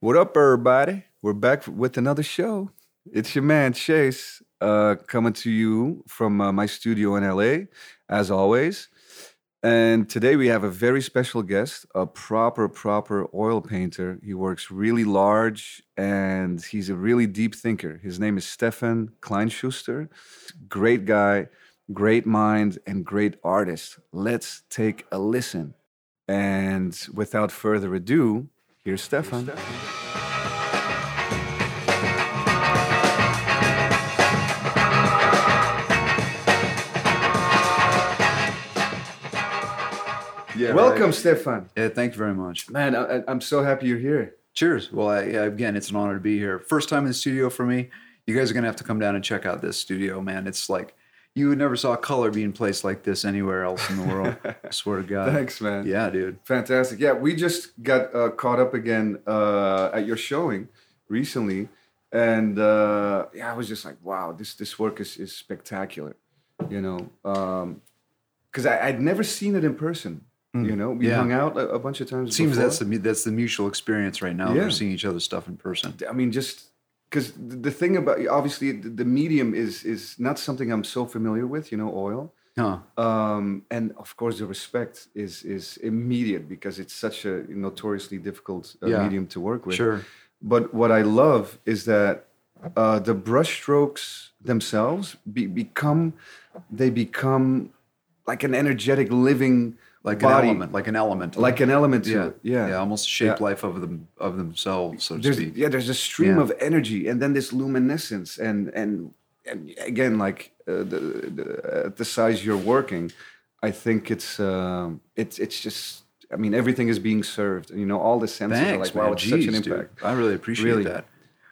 What up, everybody? We're back with another show. It's your man Chase uh, coming to you from uh, my studio in LA, as always. And today we have a very special guest, a proper, proper oil painter. He works really large and he's a really deep thinker. His name is Stefan Kleinschuster. Great guy, great mind, and great artist. Let's take a listen. And without further ado, here's Stefan. Yeah, Welcome, right. Stefan. Yeah, thank you very much. Man, I, I- I'm so happy you're here. Cheers. Well, I, yeah, again, it's an honor to be here. First time in the studio for me. You guys are gonna have to come down and check out this studio, man. It's like you never saw color being placed like this anywhere else in the world. I swear to God. Thanks, man. Uh, Yeah, dude. Fantastic. Yeah, we just got uh, caught up again uh, at your showing recently, and uh, yeah, I was just like, wow, this this work is is spectacular, you know, because I I'd never seen it in person. You know, we Hmm. yeah. hung out a, a bunch of times. It seems before. that's the mu- that's the mutual experience right now. Yeah. We're seeing each other's stuff in person. I mean, just because the the thing about obviously the the medium is is not something I'm so familiar with. You know, oil. Huh. um, and of course the respect is is immediate because it's such a notoriously difficult uh, Yeah. medium to work with Sure. but what i love is that uh, the brushstrokes themselves be, become they become like an energetic living Like body an element. Like an element. like an element to yeah. it yeah, Almost shaped life of them of themselves, so to there's speak. yeah there's a stream Yeah. of energy and then this luminescence and and and again like uh, the, the at the size you're working i think it's um it's it's just i mean everything is being served you know all the senses are Thanks, like wow man. it's such an Jeez, dude. impact I really appreciate Really. that.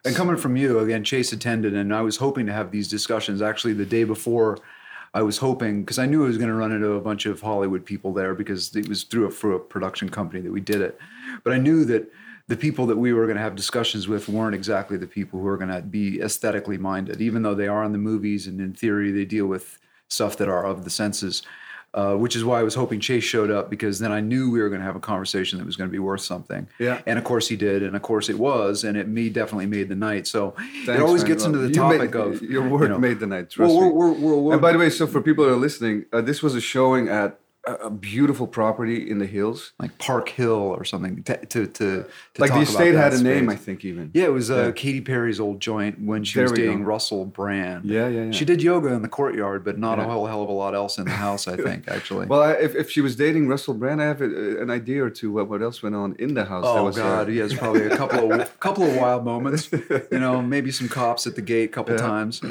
And coming from you again, Chase attended, and I was hoping to have these discussions actually the day before. I was hoping because I knew I was going to run into a bunch of Hollywood people there because it was through a, through a production company that we did it. But I knew that the people that we were going to have discussions with weren't exactly the people who are going to be aesthetically minded, even though they are in the movies and in theory they deal with stuff that are of the senses uh, which is why I was hoping Chase showed up because then I knew we were going to have a conversation that was going to be worth something. Yeah. And of course he did, and of course it was, and it me definitely made the night. So it Thanks, always man. gets into Well, the you made- topic of your word you know, made the night trust Well, me. we're, we're, we're, we're, and by the way so for people that are listening uh, this was a showing at a, a beautiful property in the hills like Park Hill or something to to to, to like the talk about estate had that a name space. i think even Yeah, it was uh, Katy Perry's old joint when she There was we go. dating Russell Brand. Yeah, yeah, yeah. She did yoga in the courtyard, but not a whole hell of a lot else in the house. I think actually. Well, I, if, if she was dating Russell Brand, I have a, an idea or two what, what else went on in the house. that Oh was uh, God, yeah, it's probably a couple of couple of wild moments. You know, maybe some cops at the gate a couple times. so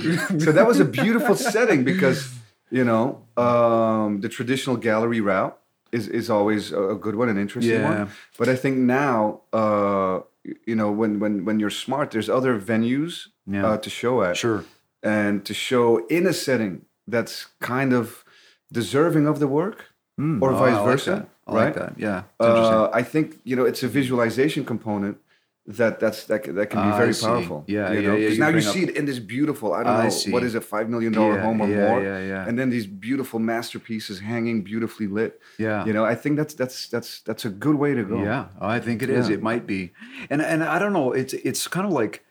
that was a beautiful setting because you know um, the traditional gallery route is is always a a good one, an interesting Yeah. one. But I think now, uh, y- you know, when when when you're smart, there's other venues Yeah. uh, to show at, Sure. and to show in a setting that's kind of deserving of the work, or Oh, I vice like versa, that. I right? like that. Yeah. It's interesting. Uh, I think you know it's a visualization component that that's that, c- that can be Ah, I very see. powerful. Yeah, you yeah, know? yeah, 'Cause you now you bring up- see it in this beautiful. I don't I know what see. is a five million dollar Yeah, home or yeah, more, yeah, yeah. and then these beautiful masterpieces hanging beautifully lit. Yeah. you know, I think that's that's that's that's a good way to go. Yeah, Oh, I think it is. um, Yeah. It might be, and and I don't know. It's it's kind of like,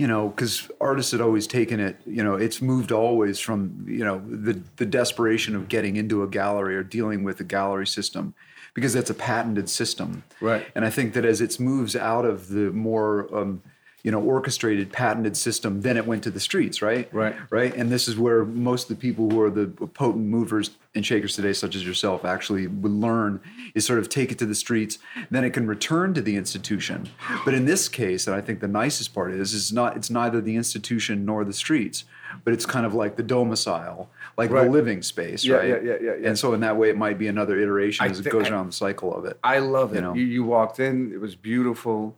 you know, because artists had always taken it. You know, it's moved always from you know the the desperation of getting into a gallery or dealing with a gallery system, because that's a patented system. Right. And I think that as it moves out of the more um, you know orchestrated patented system, then it went to the streets. Right. Right. Right. And this is where most of the people who are the potent movers and shakers today, such as yourself, actually would learn is sort of take it to the streets. Then it can return to the institution. But in this case, and I think the nicest part is, is not it's neither the institution nor the streets, but it's kind of like the domicile, like Right. the living space, Yeah, right? yeah, yeah, yeah, yeah. And so in that way, it might be another iteration as it thi- goes I- around the cycle of it. I love it. You You, know. you, walked in, it was beautiful.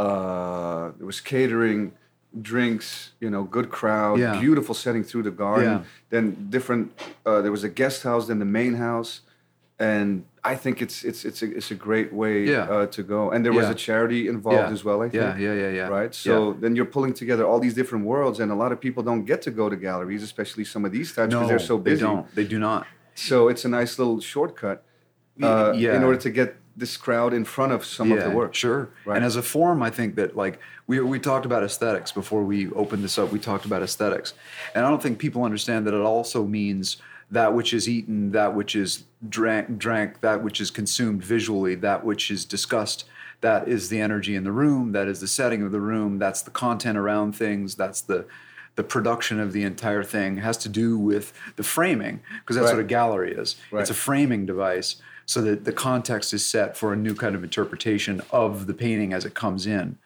Uh, there was catering, drinks, you know, good crowd, Yeah. beautiful setting through the garden. Yeah. Then different. Uh, there was a guest house, then the main house, and I think it's it's it's a, it's a great way Yeah. uh, to go. And there was Yeah. a charity involved as well. I think. Yeah, yeah, yeah, yeah. Right, Yeah. so then you're pulling together all these different worlds, and a lot of people don't get to go to galleries, especially some of these types, because no, they're so busy. They don't. They do not. So it's a nice little shortcut uh, yeah. in order to get this crowd in front of some of the work. Sure. Right. And as a form, I think that like we we talked about aesthetics before we opened this up. We talked about aesthetics, and I don't think people understand that it also means that which is eaten, that which is drank, drank, that which is consumed visually, that which is discussed. That is the energy in the room. That is the setting of the room. That's the content around things. That's the the production of the entire thing has to do with the framing because that's Right. what a gallery is. Right. It's a framing device so that the context is set for a new kind of interpretation of the painting as it comes in.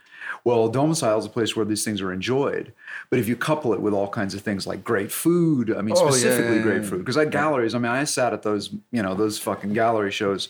Well, a domicile is a place where these things are enjoyed. But if you couple it with all kinds of things like great food, I mean, Oh, yeah, specifically yeah, great yeah. food, because at galleries, I mean, I sat at those, you know, those fucking gallery shows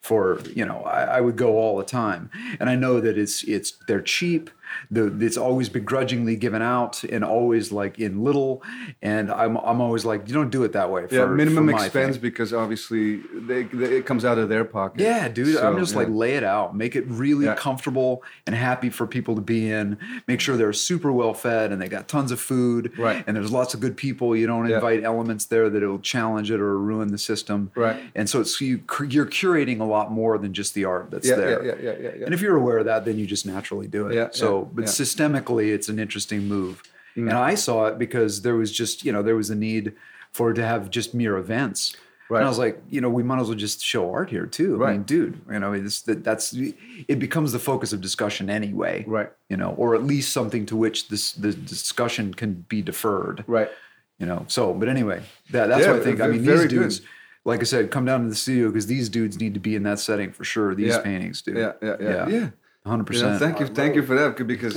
for, you know, I, I would go all the time, and I know that it's it's they're cheap, the it's always begrudgingly given out, and always like in little, and I'm I'm always like, you don't do it that way. For, Yeah, for minimum my expense thing." because obviously they, they, it comes out of their pocket. Yeah, dude. So, I'm just like yeah. lay it out, make it really Yeah. comfortable and happy for people to be in. Make sure they're super well fed and they got tons of food. Right. And there's lots of good people. You don't Yeah. invite elements there that will challenge it or ruin the system. Right. And so it's you cur- you're curating a lot more than just the art that's yeah, there. yeah, yeah, yeah, yeah, And if you're aware of that, then you just naturally do it. Yeah, so, yeah, Mm-hmm. but yeah. systemically, it's an interesting move. And I saw it because there was just, you know, there was a need for it to have just mere events. Right. And I was like, you know, we might as well just show art here too. I mean, Right. dude, you know, it's, that, that's it becomes the focus of discussion anyway. Right. You know, or at least something to which this the discussion can be deferred right. you know. So, but anyway, that, that's Yeah, what I think. I ve- mean, very these good. dudes, like I said, come down to the studio because these dudes need to be in that setting for sure. These Yeah. paintings, dude. Yeah, yeah, yeah, yeah. hundred You know, percent. thank you, thank you for that c- because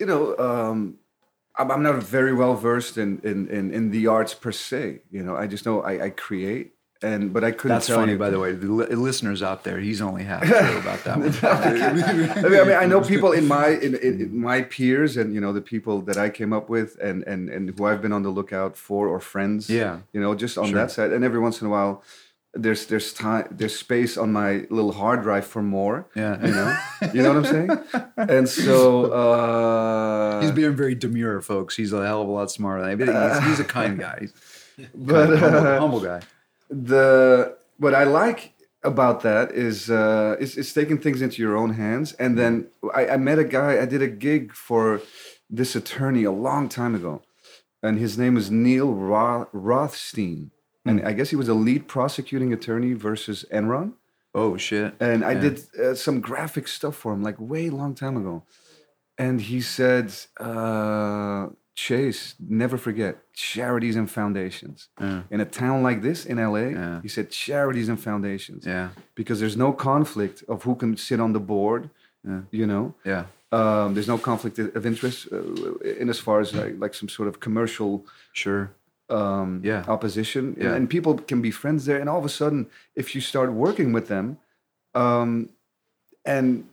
you know um, I'm, I'm not very well versed in, in in in the arts per se. You know, I just know I, I create and but I couldn't That's tell funny, you. by the way. The li- listeners out there, he's only half sure about that one. I mean, I mean, I know people in my in, in, in my peers, and you know the people that I came up with, and and and who I've been on the lookout for, or friends. Yeah. you know, just on that side. And every once in a while, there's there's time, there's space on my little hard drive for more. yeah, You know, you know what I'm saying? And so uh, he's being very demure, folks. He's a hell of a lot smarter than I. But he's, he's a kind guy, he's but a humble, uh, humble guy. the what I like about that is uh, is it's taking things into your own hands. And then I, I met a guy. I did a gig for this attorney a long time ago, and his name was Neil Ro- Rothstein. And I guess he was a lead prosecuting attorney versus Enron. Oh shit! And I Yeah. did uh, some graphic stuff for him, like way long time ago. And he said, uh, Chase, never forget charities and foundations. Yeah. In a town like this in LA, Yeah. he said charities and foundations Yeah, because there's no conflict of who can sit on the board, Yeah. you know. yeah, Um, there's no conflict of interest uh, in as far as like, like some sort of commercial sure. um, Yeah. opposition, Yeah. and, and people can be friends there. And all of a sudden, if you start working with them, um, and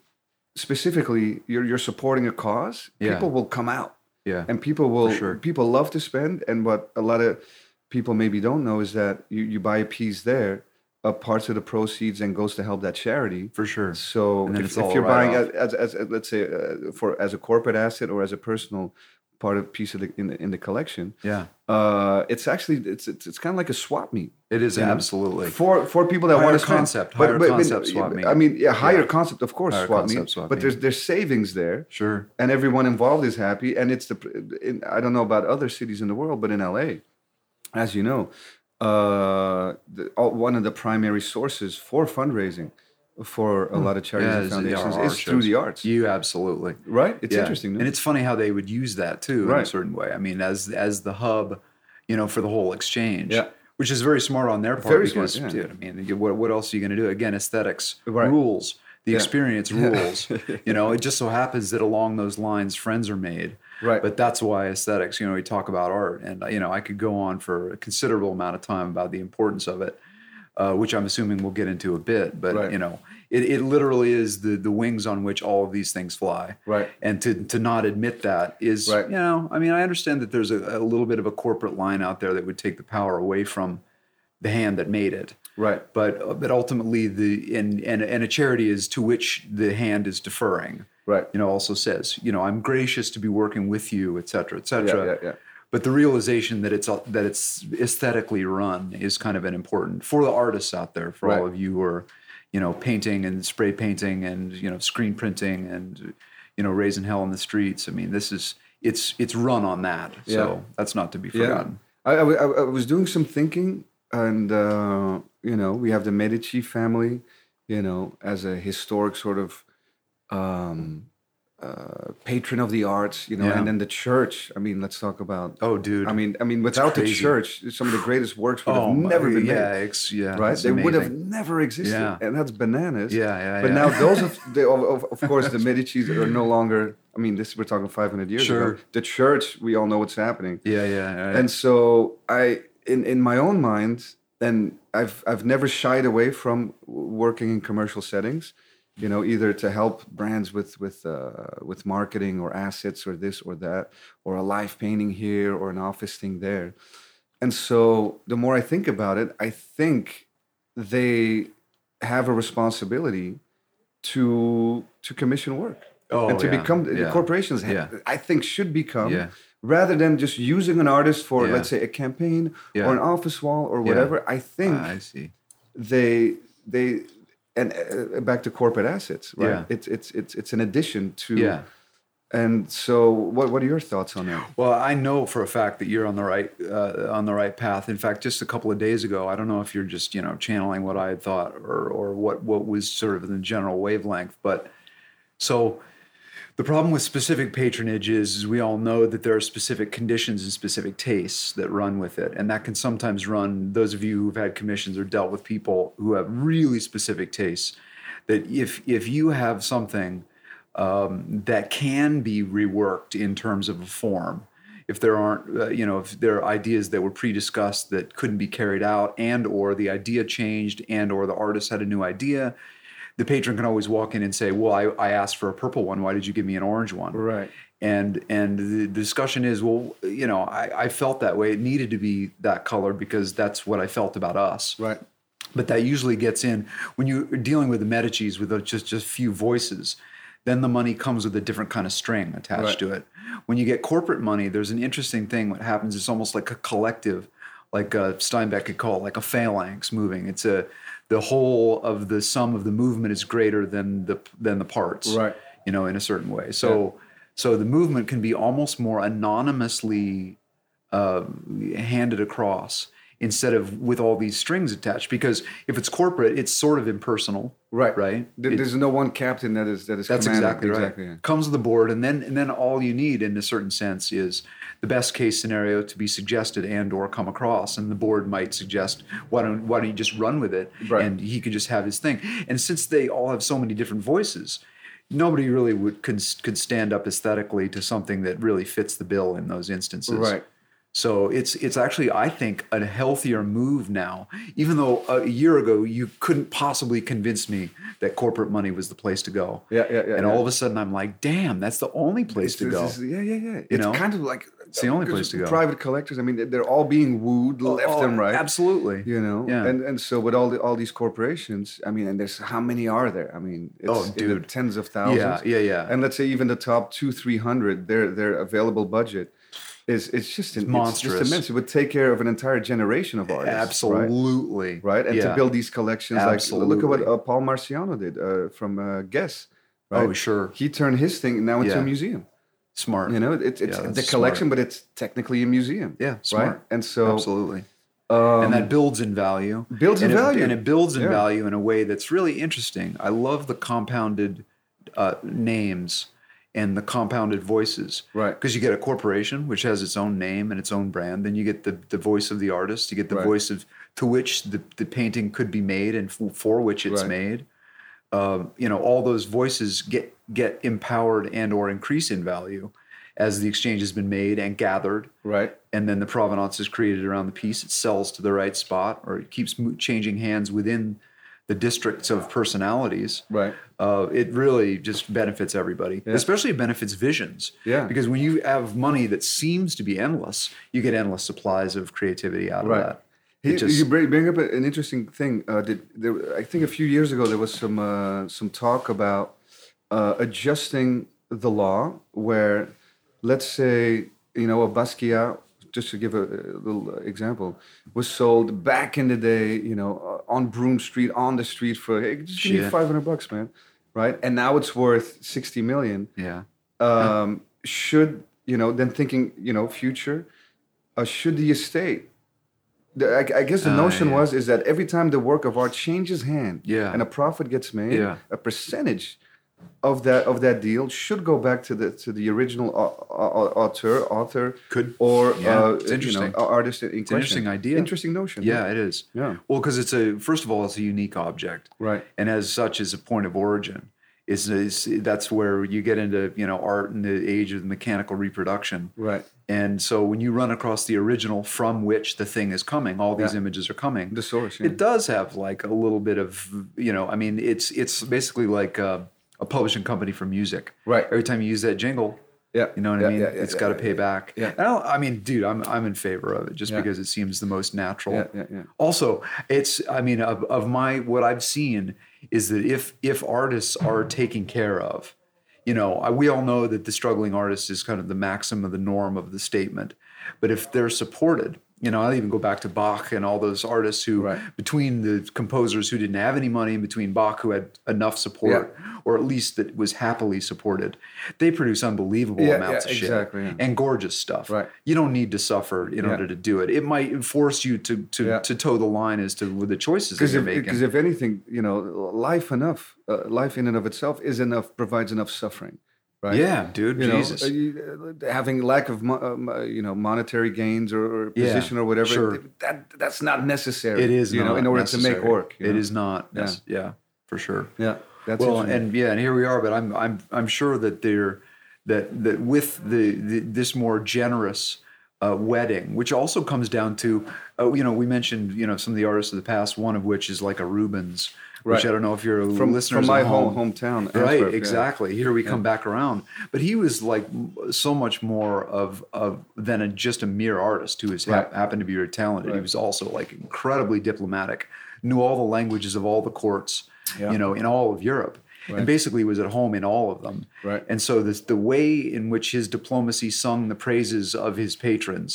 specifically you're you're supporting a cause, Yeah. people will come out, Yeah, and people will sure. people love to spend. And what a lot of people maybe don't know is that you you buy a piece there, uh, parts of the proceeds and goes to help that charity. for sure. So And then if, it's all if you're right buying off. as, as, as let's say uh, for as a corporate asset or as a personal part of piece of the in the, in the collection Yeah, uh, it's actually it's it's, it's kind of like a swap meet it is You know? absolutely. for for people that Higher want to spend. concept, higher concept swap meet. I mean, yeah, higher concept, of course, Higher swap concept meet. swap but meet. there's there's savings there, Sure. and everyone involved is happy. And it's the pr- in, I don't know about other cities in the world, but in LA, as you know, uh, the, all, one of the primary sources for fundraising for a lot of charities Yeah, and is the foundations art is through shows. the arts, You absolutely. right? It's Yeah. interesting, no? and it's funny how they would use that too in a Right. certain way. I mean, as as the hub, you know, for the whole exchange, Yeah. which is very smart on their part. Very smart, because, yeah. dude, I mean, you- what what else are you going to do? Again, aesthetics Right. rules. The Yeah. experience rules. you know, it just so happens that along those lines, friends are made. right. But that's why aesthetics. You know, we talk about art, and you know, I could go on for a considerable amount of time about the importance of it, uh, which I'm assuming we'll get into a bit. But Right. you know, it, it literally is the the wings on which all of these things fly Right. and to to not admit that is Right. you know i mean i understand that there's a, a little bit of a corporate line out there that would take the power away from the hand that made it Right. but uh, but ultimately the and and, and a charity is to which the hand is deferring Right. you know also says you know i'm gracious to be working with you et cetera et Yeah. cetera Yeah. Yeah. but the realization that it's that it's aesthetically run is kind of an important for the artists out there for Right. all of you who are you know, painting and spray painting and you know, screen printing and you know, raising hell on the streets. I mean, this is it's it's run on that. So that's not to be forgotten. I, I, w- I w- I was doing some thinking, and uh, you know, we have the Medici family, you know, as a historic sort of um, uh, patron of the arts, you know, Yeah. and then the church. I mean, let's talk about. Oh, dude. I mean, I mean, without the crazy. church, some of the greatest works would oh, have never my- been yeah, made. It's, yeah, Right? it's They would have amazing. never existed, Yeah. and that's bananas. Yeah, yeah. But yeah. now those, of, the, of, of- of course, the Medici are no longer. I mean, this we're talking 500 years Sure. ago. The church, we all know what's happening, yeah, yeah, yeah. and so I, in in my own mind, and I've I've never shied away from working in commercial settings, you know, either to help brands with with uh, with marketing or assets or this or that or a live painting here or an office thing there, and so the more I think about it, I think they have a responsibility to to commission work oh, and to yeah, become the yeah. corporations ha- Yeah. i think should become Yeah. rather than just using an artist for Yeah. let's say a campaign Yeah. or an office wall or whatever i think Ah, I see. they they and uh, back to corporate assets right Yeah. it's it's it's it's an addition to Yeah. and so what what are your thoughts on that Well, I know for a fact that you're on the right uh, on the right path. In fact, just a couple of days ago, I don't know if you're just you know channeling what I had thought or or what what was sort of the general wavelength, but so. The problem with specific patronage is, is we all know that there are specific conditions and specific tastes that run with it. And that can sometimes run, those of you who've had commissions or dealt with people who have really specific tastes, that if, if you have something um, that can be reworked in terms of a form, if there aren't, uh, you know, if there are ideas that were pre-discussed that couldn't be carried out and or the idea changed and or the artist had a new idea, the patron can always walk in and say, well, I, I asked for a purple one. Why did you give me an orange one? right and and the discussion is well you know I, I felt that way it needed to be that color because that's what i felt about us right but that usually gets in when you're dealing with the medicis with those just just few voices then the money comes with a different kind of string attached Right. to it when you get corporate money there's an interesting thing what happens it's almost like a collective like uh, steinbeck could call it like a phalanx moving it's a the whole of the sum of the movement is greater than the than the parts Right. you know in a certain way so so the movement can be almost more anonymously uh, handed across instead of with all these strings attached because if it's corporate it's sort of impersonal right right There- It- there's no one captain that is that is that's commanding. exactly right exactly yeah. comes to the board and then and then all you need in a certain sense is the best case scenario to be suggested and or come across and the board might suggest why don't why don't you just run with it Right. and he could just have his thing and since they all have so many different voices nobody really would could, could stand up aesthetically to something that really fits the bill in those instances right so it's it's actually I think a healthier move now. Even though a year ago you couldn't possibly convince me that corporate money was the place to go. Yeah, yeah, yeah, And yeah. all of a sudden I'm like, damn, that's the only place to This go. is- yeah, yeah, yeah. it's know? kind of like it's the only place to go. Private collectors. I mean, they're- they're all being wooed left Oh, and right. Absolutely. You know, Yeah. and and so with all the, all these corporations, I mean, and there's how many are there? I mean, it's Oh, in the dude. tens of yeah, thousands. yeah, yeah. And let's say even the top two, three hundred, their their available budget is it's just an, It's monstrous. just immense. It would take care of an entire generation of artists. right? absolutely. Right, and to Yeah. build these collections, like look at Absolutely. what uh, Paul Marciano did uh, from uh, Guess. Right? Oh, sure. he turned his thing now into a Yeah. museum. Smart. You know, it, it's Yeah, that's the collection, but it's technically a museum. Yeah, smart. Right? And so absolutely. um, and that builds in value. builds in And it- value. and it builds in Yeah. value in a way that's really interesting. I love the compounded uh, names and the compounded voices. Right. Because you get a corporation which has its own name and its own brand. Then you get the, the voice of the artist. You get the Right. voice of to which the, the painting could be made and for, for which it's Right. made. Um, you know, all those voices get get empowered and or increase in value as the exchange has been made and gathered right. and then the provenance is created around the piece. It sells to the right spot, or it keeps mo- changing hands within the districts of personalities. Right. Uh, it really just benefits everybody, especially it benefits visions. Yeah. Because when you have money that seems to be endless, you get endless supplies of creativity out Right. of that. He, It just- you bring, bring up a- an interesting thing. Uh, did, there, I think a few years ago there was some uh, some talk about uh, adjusting the law where, let's say, you know, a Basquiat, just to give a, a little example, was sold back in the day, you know, uh, on Broom Street, on the street for hey, just give me Shit. five hundred bucks, man. Right? And now it's worth sixty million. Yeah. Um, should you know? Then thinking, you know, future. Uh, should the estate? The, I, I guess the Ah, notion yeah. was is that every time the work of art changes hand, Yeah. and a profit gets made, Yeah. a percentage of that of that deal should go back to the to the original au- au- author, author, Could- or yeah, uh, it's you know, interesting. a- artist in question. It's interesting idea. Interesting notion. Yeah, it is. Yeah. Well, because it's a first of all, it's a unique object, Right. and as such, is a point of origin. Is is that's where you get into you know art in the age of mechanical reproduction, Right. and so when you run across the original from which the thing is coming, all these Yeah. images are coming. The source. Yeah. It does have like a little bit of you know, I mean, it's it's basically like a, a publishing company for music. Right. Every time you use that jingle, yeah. you know what yeah, I mean? Yeah, It's yeah, got to yeah, pay back. Yeah. And I, don't, I mean, dude, I'm I'm in favor of it just Yeah. because it seems the most natural. Yeah, yeah, yeah. Also, it's I mean, of, of my what I've seen is that if if artists are taken care of, you know, I, we all know that the struggling artist is kind of the maxim of the norm of the statement, but if they're supported. You know, I'll even go back to Bach and all those artists who, Right. between the composers who didn't have any money, and between Bach who had enough support, or at least that was happily supported, they produce unbelievable Yeah, amounts yeah, of shit exactly, yeah. and gorgeous stuff. Right. You don't need to suffer in order to do it. It might force you to to, Yeah. to toe the line as to with the choices that Because you're if, making. 'cause if anything, you know, life enough, uh, life in and of itself is enough, provides enough suffering, right? yeah, dude, You know, Jesus. uh, you, uh, having lack of mo- um, uh, you know monetary gains or, or Yeah, position or whatever. sure. th- That that's not necessary. it is you know not in order to make necessary. work. you It know? is not. Yeah. yeah, for sure. Yeah, that's well, interesting. and yeah, and here we are. But I'm I'm I'm sure that there that that with the, the this more generous uh, wedding, which also comes down to uh, you know we mentioned you know some of the artists of the past, one of which is like a Rubens. Which Right. I don't know if you're a from listener from my home, hometown, right Antwerp, yeah. exactly here we come back around but he was like m- so much more of of than a, just a mere artist who is hap- Right. happened to be very talented he was also like incredibly diplomatic knew all the languages of all the courts Yeah. you know in all of europe and basically was at home in all of them Right. and so this, the way in which his diplomacy sung the praises of his patrons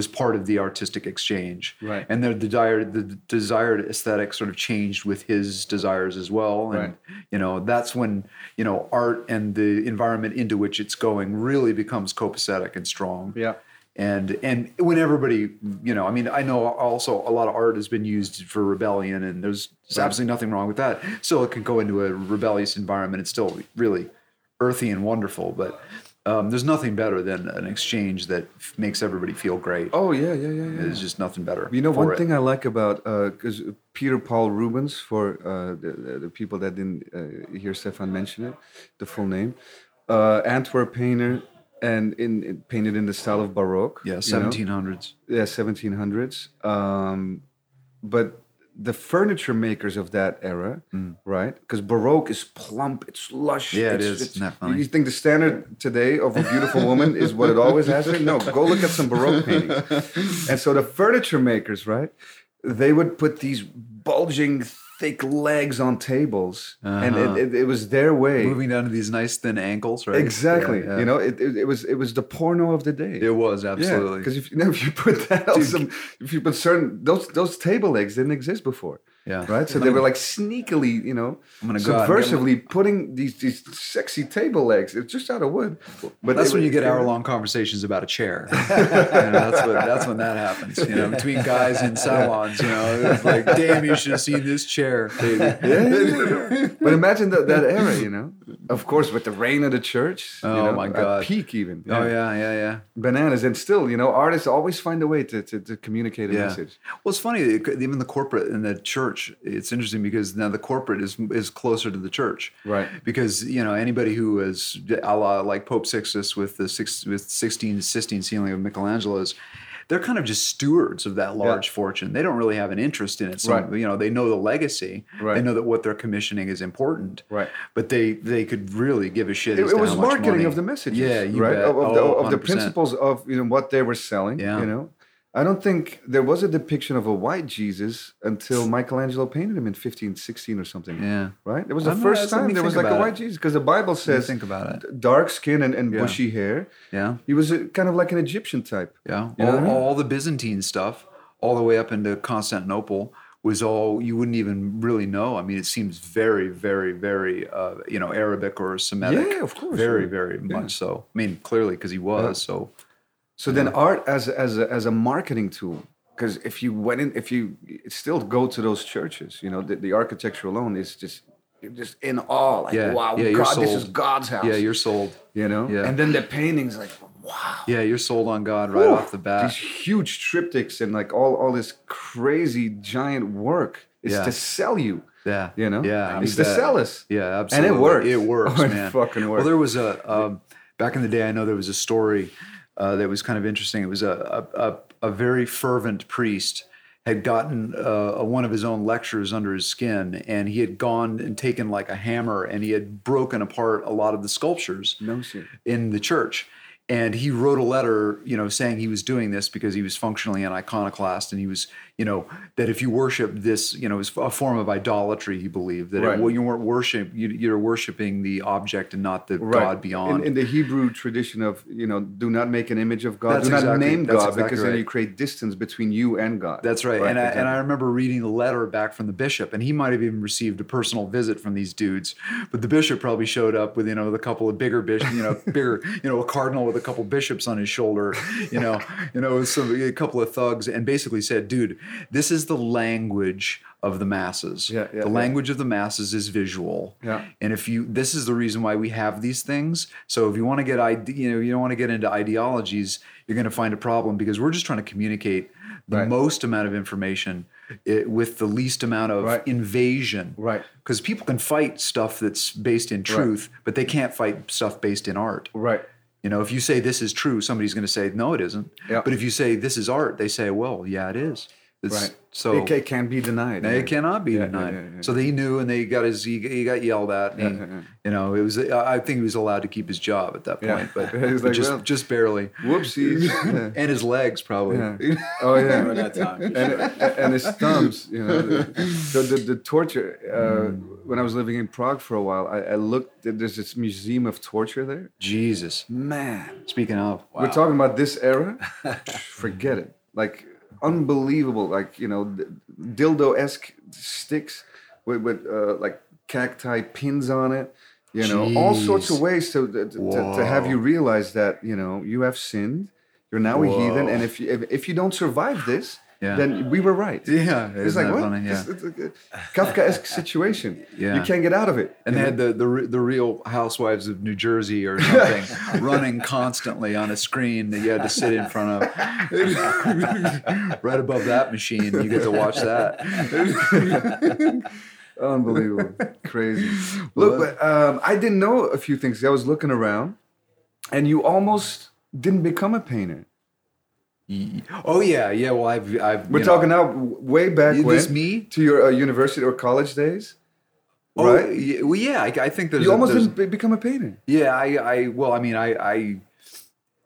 was part of the artistic exchange Right. and their desire the desired aesthetic sort of changed with his desires as well and Right. you know that's when you know art and the environment into which it's going really becomes copacetic and strong Yeah. and and when everybody you know i mean i know also a lot of art has been used for rebellion and there's, there's absolutely nothing wrong with that still it can go into a rebellious environment it's still really earthy and wonderful but um, there's nothing better than an exchange that f- makes everybody feel great Oh yeah, yeah, yeah, yeah. there's just nothing better You know, for one it. thing I like about because Peter Paul Rubens, for uh, the, the- the people that didn't uh, hear Stefan mention it, the full name, uh, Antwerp painter, and in, in- painted in the style of Baroque. yeah you know? 1700s yeah, 1700s. Um, but the furniture makers of that era, right? Because Baroque is plump, it's lush. Mm. Yeah, it it's, is. Isn't that funny? You think the standard today of a beautiful woman is what it always has been? No, go look at some Baroque paintings. And so the furniture makers, right? They would put these bulging, thick legs on tables, and Uh-huh. it, it, it was their way. moving down to these nice thin ankles right Exactly. Yeah, yeah. You know, it, it, it was it was the porno of the day. it was absolutely Yeah, because if, you know, if you put that on some, if you put certain those those table legs didn't exist before, Yeah. right? So they were like sneakily, you know, gonna go out and get subversively putting these these sexy table legs. It's just out of wood, but That's they when were- you get they were- hour long conversations about a chair. You know, that's, what, that's when that happens. You know, between guys in salons, you know, it's like, damn, you should have seen this chair. Oh, baby." Yeah, yeah, yeah. but imagine that that era, you know. Of course, with the reign of the church. you Oh, know, my at God. Peak even. Oh yeah, yeah, yeah, Bananas, and still, you know, artists always find a way to to, to communicate a yeah. message. Well, it's funny. it could- Even the corporate and the church. It's interesting because now the corporate is is closer to the church, Right. Because you know anybody who is a la like Pope Sixtus with the six with sixteen Sistine ceiling of Michelangelo's. They're kind of just stewards of that large fortune. They don't really have an interest in it. So, Right. you know, they know the legacy. They Right. know that what they're commissioning is important. Right. But they they could really give a shit. it, as it to was how much marketing money- of the messages Yeah, you right bet. of, of the, Oh, of the 100%. principles of you know what they were selling Yeah. you know i don't think there was a depiction of a white jesus until michelangelo painted him in 1516 or something Yeah. right it was the I'm- first that's- let me time there was think like a about white jesus because the bible You says Think about it. dark skin and, and bushy hair Yeah. he was a, kind of like an egyptian type Yeah. You know all, what I mean? all the Byzantine stuff, all the way up into Constantinople, was all you wouldn't even really know. I mean, it seems very, very, very, uh, you know, Arabic or Semitic. Yeah, of course, Very, yeah. very Yeah. much so. I mean, clearly because he was. So So then art as as a, as a marketing tool because if you went in if you still go to those churches, you know, the, the architecture alone is just you're just in awe like Yeah, wow, yeah, you're God, this is sold. God's house. yeah, you're sold. you know. yeah. And then the paintings like wow. Yeah, you're sold on God right Whew. off the bat. These huge triptychs and like all all this crazy giant work is Yeah. to sell you, Yeah, you know? yeah, I It's bet. to sell us. Yeah, And absolutely. it works. It works, Oh, it man. fucking Well, works. there was a um, back in the day. I know there was a story uh, that was kind of interesting. It was a a, a, a very fervent priest had gotten uh, a- one of his own lectures under his skin, and he had gone and taken like a hammer, and he had broken apart a lot of the sculptures No shit. in the church. And he wrote a letter, you know, saying he was doing this because he was functionally an iconoclast, and he was, you know, that if you worship this, you know, it was a form of idolatry. He believed that Right. it, well, you weren't worship, you, you're worshiping the object and not the Right. God beyond. In, in the Hebrew tradition of, you know, do not make an image of God, That's do not exactly- name that's God, exactly because then right. you create distance between you and God. That's right. and, I, and I exactly. remember reading the letter back from the bishop, and he might have even received a personal visit from these dudes. But the bishop probably showed up with you know with a couple of bigger bishops, you know, bigger, you know, a cardinal with a couple bishops on his shoulder, you know, you know, with some a couple of thugs, and basically said, "Dude, this is the language." Of the masses, Yeah, yeah, the yeah. language of the masses is visual, Yeah. and if you, this is the reason why we have these things. So if you want to get, ide- you know, you don't want to get into ideologies, you're going to find a problem because we're just trying to communicate the Right. most amount of information it, with the least amount of Right. invasion. Right. Because people can fight stuff that's based in truth, but they can't fight stuff based in art. Right. You know, if you say this is true, somebody's going to say no, it isn't. Yeah. But if you say this is art, they say, well, yeah, it is. It's, Right. So it, ca- can't be denied. they cannot be Yeah, denied. yeah, yeah, yeah. So they knew, and they got his. He, he got yelled at. And he, Yeah, yeah, yeah. You know, it was. I I think he was allowed to keep his job at that Yeah. point, but, He was but like, just "Well." just barely. Whoopsies. Yeah. And his legs probably. Yeah. Oh yeah, Remember that time. and, and his thumbs. You know, the, the, the torture. Uh, Mm. When I was living in Prague for a while, I, I looked. There's this museum of torture there. Jesus. Man, Speaking of, we're talking about this era. Forget it. Like unbelievable. Like you know, dildo esque sticks with with uh, like cacti pins on it. You know, all sorts of Jeez. ways to to, to to have you realize that you know you have sinned. You're now a heathen, Whoa. and if you if, if you don't survive this, Yeah. then we were right. yeah, It's isn't like that what? funny? Yeah. It's- it's like a Kafkaesque situation. Yeah. You can't get out of it. And you they know? had the, the re- the Real Housewives of New Jersey or something running constantly on a screen that you had to sit in front of. right above that machine, you get to watch that. Unbelievable. Crazy. Look, but, um, I didn't know a few things. I was looking around, and you almost didn't become a painter. Ye- oh yeah, yeah. Well, I've I've We're you know, talking now w- way back Is when. this me? To your uh, university or college days, Oh, right? yeah, well, yeah, I, I think there's. You a- almost there's- didn't be- become a painter. yeah, I, I. Well, I mean, I, I,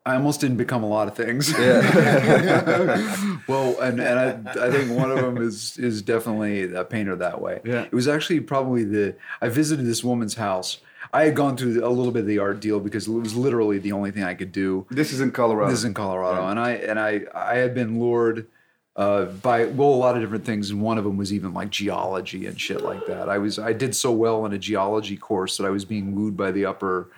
I almost didn't become a lot of things. Yeah. well, and and I, I think one of them is is definitely a painter that way. Yeah. It was actually probably the I visited this woman's house. I had gone through a little bit of the art deal because it was literally the only thing I could do. This is in Colorado. This is in Colorado, and I and I I had been lured uh, by well a lot of different things, and one of them was even like geology and shit like that. I was I did so well in a geology course that I was being wooed by the upper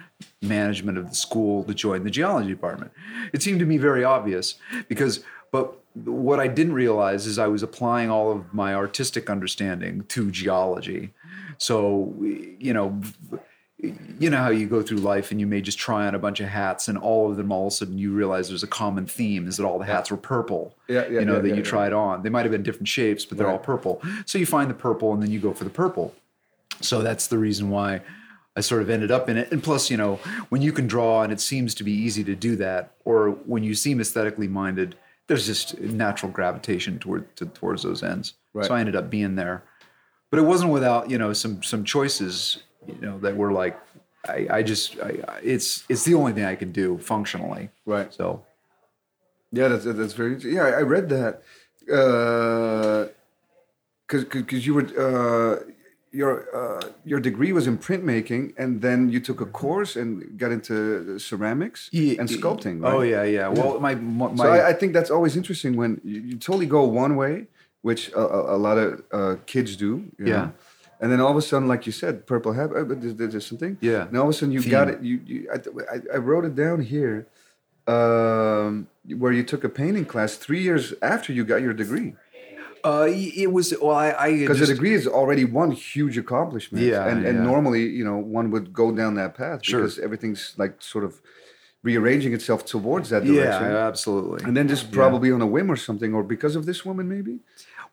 management of the school to join the geology department. It seemed to me very obvious because, but what I didn't realize is I was applying all of my artistic understanding to geology. So you know you know how you go through life and you may just try on a bunch of hats and all of them all of a sudden you realize there's a common theme is that all the hats were purple Yeah, yeah, you know yeah, that yeah, you yeah. tried on they might have been different shapes but they're all purple so you find the purple and then you go for the purple so that's the reason why I sort of ended up in it. And plus, you know, when you can draw and it seems to be easy to do that, or when you seem aesthetically minded, there's just natural gravitation toward to, towards those ends. Right. So I ended up being there, but it wasn't without you know some some choices you know that were like I, I just I, I, it's it's the only thing I can do functionally. Right. So Yeah, that's that's very interesting. Yeah, I I read that uh, because because you were uh, your uh, your degree was in printmaking, and then you took a course and got into ceramics Yeah, and sculpting. Right? oh yeah yeah well my my, So I, I think that's always interesting when you, you totally go one way, which a, a, a lot of uh, kids do. you Yeah. know. And then all of a sudden, like you said, purple habit. Uh, but there's, there's something. Yeah. And all of a sudden, you got it. You, you I, th- I, I wrote it down here, um, where you took a painting class three years after you got your degree, Uh, y- it was well, I, I had because just, a degree is already one huge accomplishment. Yeah, And and yeah. normally, you know, one would go down that path Sure. because everything's like sort of rearranging itself towards that yeah, direction. absolutely. And then just probably on a whim or something, or because of this woman, maybe.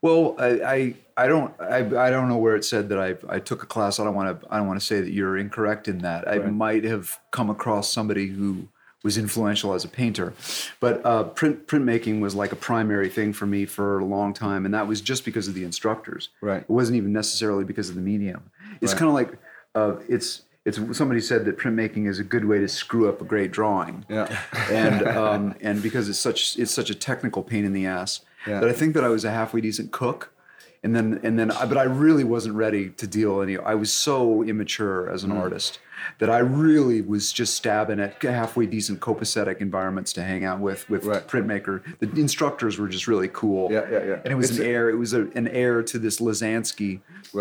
Well, I, I, I don't I, I don't know where it said that I, I took a class. I don't want to I don't want to say that you're incorrect in that. I might have come across somebody who was influential as a painter, but uh, print printmaking was like a primary thing for me for a long time, and that was just because of the instructors. Right. It wasn't even necessarily because of the medium. It's kind of like uh, it's it's somebody said that printmaking is a good way to screw up a great drawing Yeah. and um, and because it's such it's such a technical pain in the ass Yeah. that I think that I was a halfway decent cook, and then and then I, but I really wasn't ready to deal any. I was so immature as an Mm. artist that I really was just stabbing at halfway decent copacetic environments to hang out with with Right. printmaker. The instructors were just really cool. Yeah, yeah, yeah. And it was It's an heir. It was a, an heir to this Lazansky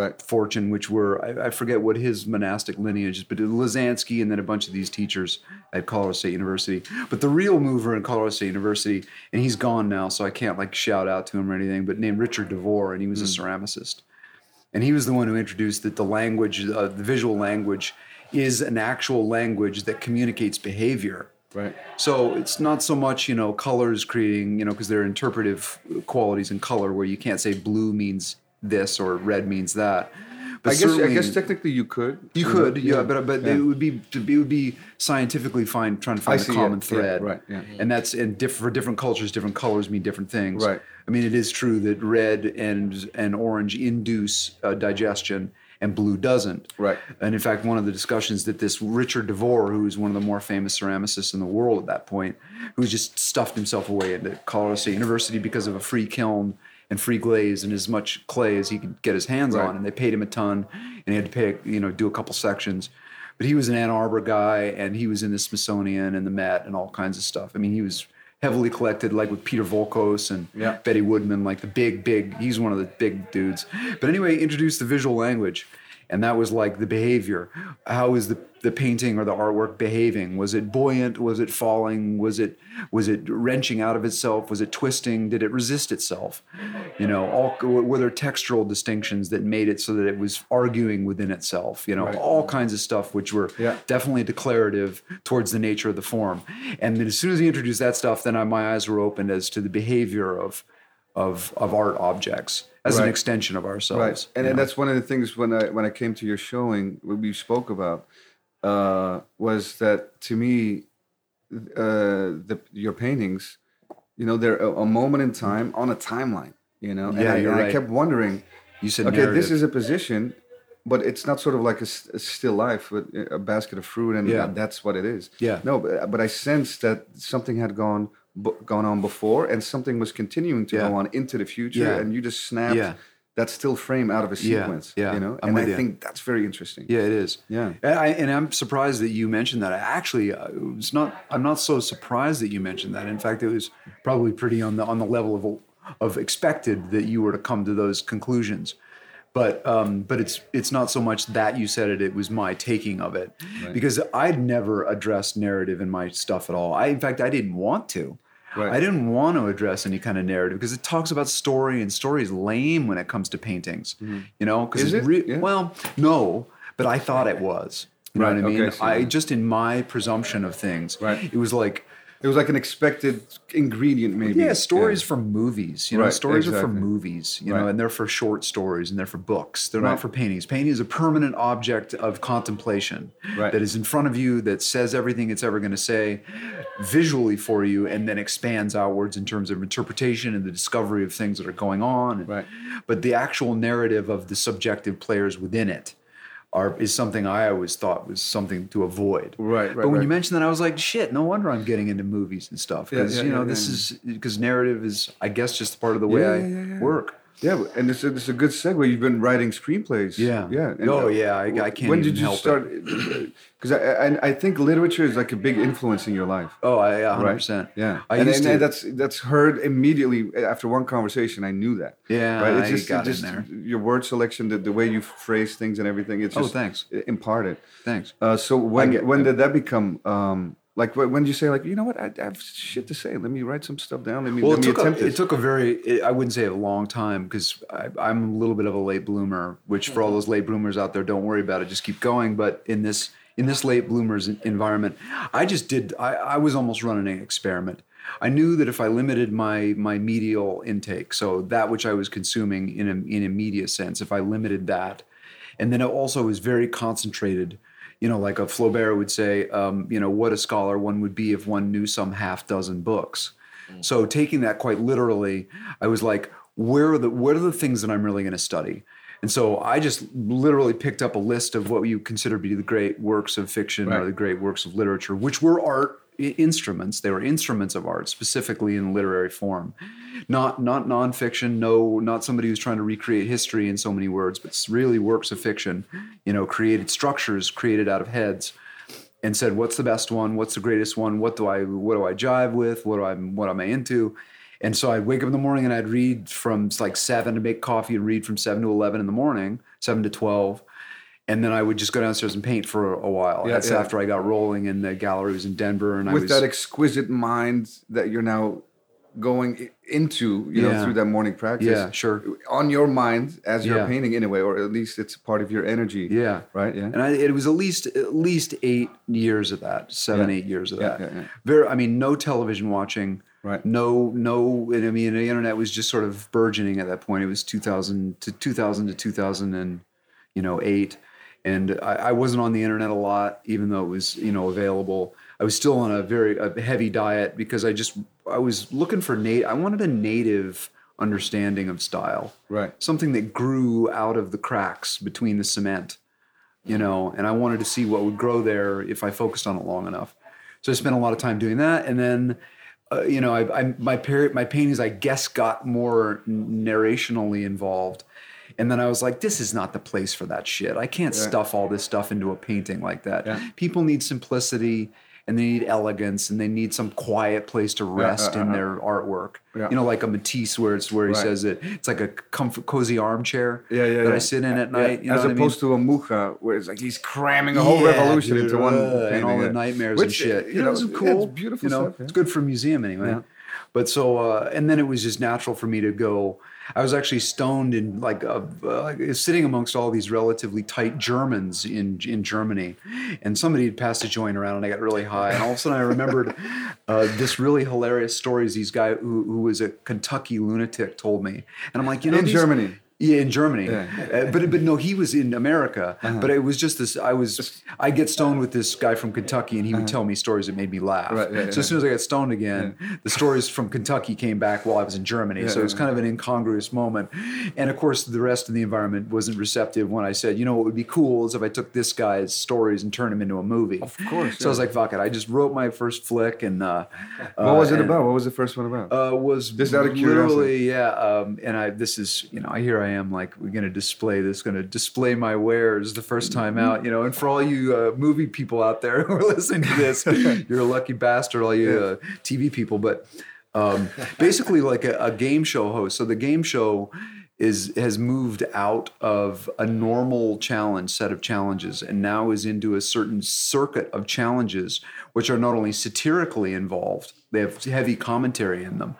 Right. fortune, which were I, I forget what his monastic lineage is, but Lazansky and then a bunch of these teachers at Colorado State University. But the real mover in Colorado State University, and he's gone now, so I can't like shout out to him or anything. But named Richard DeVore, and he was a ceramicist, and he was the one who introduced that the language, uh, the visual language, is an actual language that communicates behavior. Right. So it's not so much you know colors creating you know because there are interpretive qualities in color where you can't say blue means this or red means that. But I guess. I certainly- guess technically you could. you could, yeah, but but it would be it would be scientifically fine trying to find a see, yeah, common yeah, thread, right, yeah. And that's and diff- for different cultures, different colors mean different things, Right. I mean, it is true that red and and orange induce uh, digestion, and blue doesn't, Right. And in fact, one of the discussions that this Richard DeVore, who is one of the more famous ceramicists in the world at that point, who just stuffed himself away into Colorado State University because of a free kiln and free glaze and as much clay as he could get his hands Right. on, and they paid him a ton, and he had to pay you know do a couple sections. But he was an Ann Arbor guy, and he was in the Smithsonian and the Met and all kinds of stuff. I mean, he was heavily collected, like with Peter Volkos and Yeah. Betty Woodman, like the big, big. He's one of the big dudes. But anyway, he introduced the visual language, and that was like the behavior. How is the the painting or the artwork behaving? Was it buoyant? Was it falling? Was it was it wrenching out of itself? Was it twisting? Did it resist itself? You know, all were there textural distinctions that made it so that it was arguing within itself? You know, all kinds of stuff which were Yeah. definitely declarative towards the nature of the form. And then as soon as he introduced that stuff, then I, my eyes were opened as to the behavior of of of art objects as an Right. extension of ourselves. Right. And, and that's one of the things when I when I came to your showing, what we spoke about uh, was that to me, uh, the your paintings, you know, they're a, a moment in time on a timeline. You know, and, Yeah, I, you're and I right. kept wondering, you said okay, narrative. this is a position, but it's not sort of like a, s- a still life with a a basket of fruit, and Yeah. that- that's what it is. Yeah. No, but, but I sensed that something had gone b- gone on before, and something was continuing to Yeah. go on into the future, Yeah. and you just snapped Yeah. that still frame out of a Yeah, sequence. yeah, You know, I'm and with I you. think that's very interesting. Yeah, it is. Yeah. and, I, and I'm surprised that you mentioned that. I actually, uh, it was not. I'm not so surprised that you mentioned that. In fact, it was probably pretty on the on the level of of expected that you were to come to those conclusions. But um, but it's it's not so much that you said it. It was my taking of it because I'd never addressed narrative in my stuff at all. I in fact I didn't want to. Right. I didn't want to address any kind of narrative because it talks about story and story is lame when it comes to paintings. You know, because Is it Mm-hmm. it? re- Yeah. well, no, but I thought it was. You Right, know what I mean? okay, so- I just in my presumption of things, Right. it was like It was like an expected ingredient, maybe. yeah, stories from movies. You know, Right, stories are for exactly. movies. You know, Right. and they're for short stories and they're for books. They're not Right. for paintings. Painting is a permanent object of contemplation Right. that is in front of you, that says everything it's ever going to say, visually for you, and then expands outwards in terms of interpretation and the discovery of things that are going on. Right. But the actual narrative of the subjective players within it. Are, is something I always thought was something to avoid. Right, right, But when right. you mentioned that, I was like, shit, no wonder I'm getting into movies and stuff. Because, yeah, you know, yeah, this yeah. is because narrative is, I guess, just part of the way Yeah, I yeah, yeah, yeah. work. Yeah, and it's a, it's a good segue. You've been writing screenplays. Yeah. yeah. and, Oh, uh, yeah, I- I can't When even did you help it. start? Because I, I I think literature is like a big influence in your life. Oh, I, yeah, Right. 100%. Yeah, I and, used and, to- and that's that's heard immediately after one conversation. I knew that. Yeah, right. I got in there. Your word selection, the, the way you phrase things and everything. It's Oh, just thanks. Imparted. Thanks. Uh, so when get- when did that become um, like wh- when did you say like you know what I, I have shit to say? Let me write some stuff down. Let me Well, let it me took, attempt a, it. it took a very, it, I wouldn't say a long time because I'm a little bit of a late bloomer, which for all those late bloomers out there, don't worry about it. Just keep going. But in this, in this late bloomers en- environment, I just did, I, I was almost running an experiment. I knew that if I limited my, my medial intake, so that which I was consuming in a, in a media sense, if I limited that, and then it also was very concentrated. You know, like a Flaubert would say, um, you know, what a scholar one would be if one knew some half dozen books. So taking that quite literally, I was like, where are the what are the things that I'm really going to study? And so I just literally picked up a list of what you consider to be the great works of fiction Right. or the great works of literature, which were art i- instruments. They were instruments of art, specifically in literary form, not not nonfiction. No, not somebody who's trying to recreate history in so many words, but s- really works of fiction. You know, created structures created out of heads and said, "What's the best one? What's the greatest one? What do I what do I jive with? What do I what am I into?" And so I'd wake up in the morning and I'd read from like seven to make coffee and read from seven to eleven in the morning, seven to twelve, and then I would just go downstairs and paint for a while. Yeah, That's yeah. after I got rolling in the gallery was in Denver, and I with was that exquisite mind that you're now going i- into, you know, Yeah. through that morning practice. yeah, sure, On your mind as you're Yeah. painting, anyway, or at least it's part of your energy. yeah. Right. Yeah. And I, it was at least at least eight years of that, seven Yeah. eight years of Yeah, that. yeah, yeah. Very, I mean, no television watching, Right. No, no. and I mean, the internet was just sort of burgeoning at that point. It was two thousand to two thousand to two thousand and you know eight, and I, I wasn't on the internet a lot, even though it was you know available. I was still on a very a heavy diet because I just I was looking for Nate. I wanted a native understanding of style Right. something that grew out of the cracks between the cement, you know, and I wanted to see what would grow there if I focused on it long enough. So I spent a lot of time doing that. And then, uh, you know, I, I, my, par- my paintings, I guess, got more n- narrationally involved. And then I was like, this is not the place for that shit. I can't stuff all this stuff into a painting like that. People need simplicity and they need elegance and they need some quiet place to rest in their artwork. uh, uh-huh. Yeah. You know, like a Matisse where it's where he Right. says it. It's like a comfort, cozy armchair Yeah, yeah, that yeah. I sit in at Yeah, night. You know as what opposed to a mucha, where it's like he's cramming a whole Yeah, revolution dude, into one uh, and painting, all the yeah. nightmares and Which, shit. You You know, know, it's yeah, cool. it's beautiful You know, stuff, yeah. it's good for a museum anyway. But so, uh, and then it was just natural for me to go. I was actually stoned in like uh, uh, sitting amongst all these relatively tight Germans in in Germany, and somebody had passed a joint around, and I got really high, and all of a sudden I remembered uh, this really hilarious stories these guy who, who was a Kentucky lunatic told me, and I'm like, you know, in these- Germany. yeah, in Germany. Yeah. Uh-huh. Uh, but but no, he was in America. But it was just this. I was I get stoned with this guy from Kentucky, and he would tell me stories that made me laugh. Uh-huh. Right, yeah, so as soon as I got stoned again, the stories from Kentucky came back while I was in Germany. so it was kind of an incongruous moment. And of course, the rest of the environment wasn't receptive when I said, you know, what would be cool is if I took this guy's stories and turned him into a movie. Of course, So I was like, fuck it. I just wrote my first flick, and uh, What was it and- about? What was the first one about? uh, was Just out of literally yeah. Um, and I this is you know here I am like we're gonna display this gonna display my wares the first Mm-hmm. time out you know and for all you uh, movie people out there who are listening to this you're a lucky bastard all you uh, TV people but um, basically like a, a game show host so the game show is has moved out of a normal challenge set of challenges and now is into a certain circuit of challenges which are not only satirically involved they have heavy commentary in them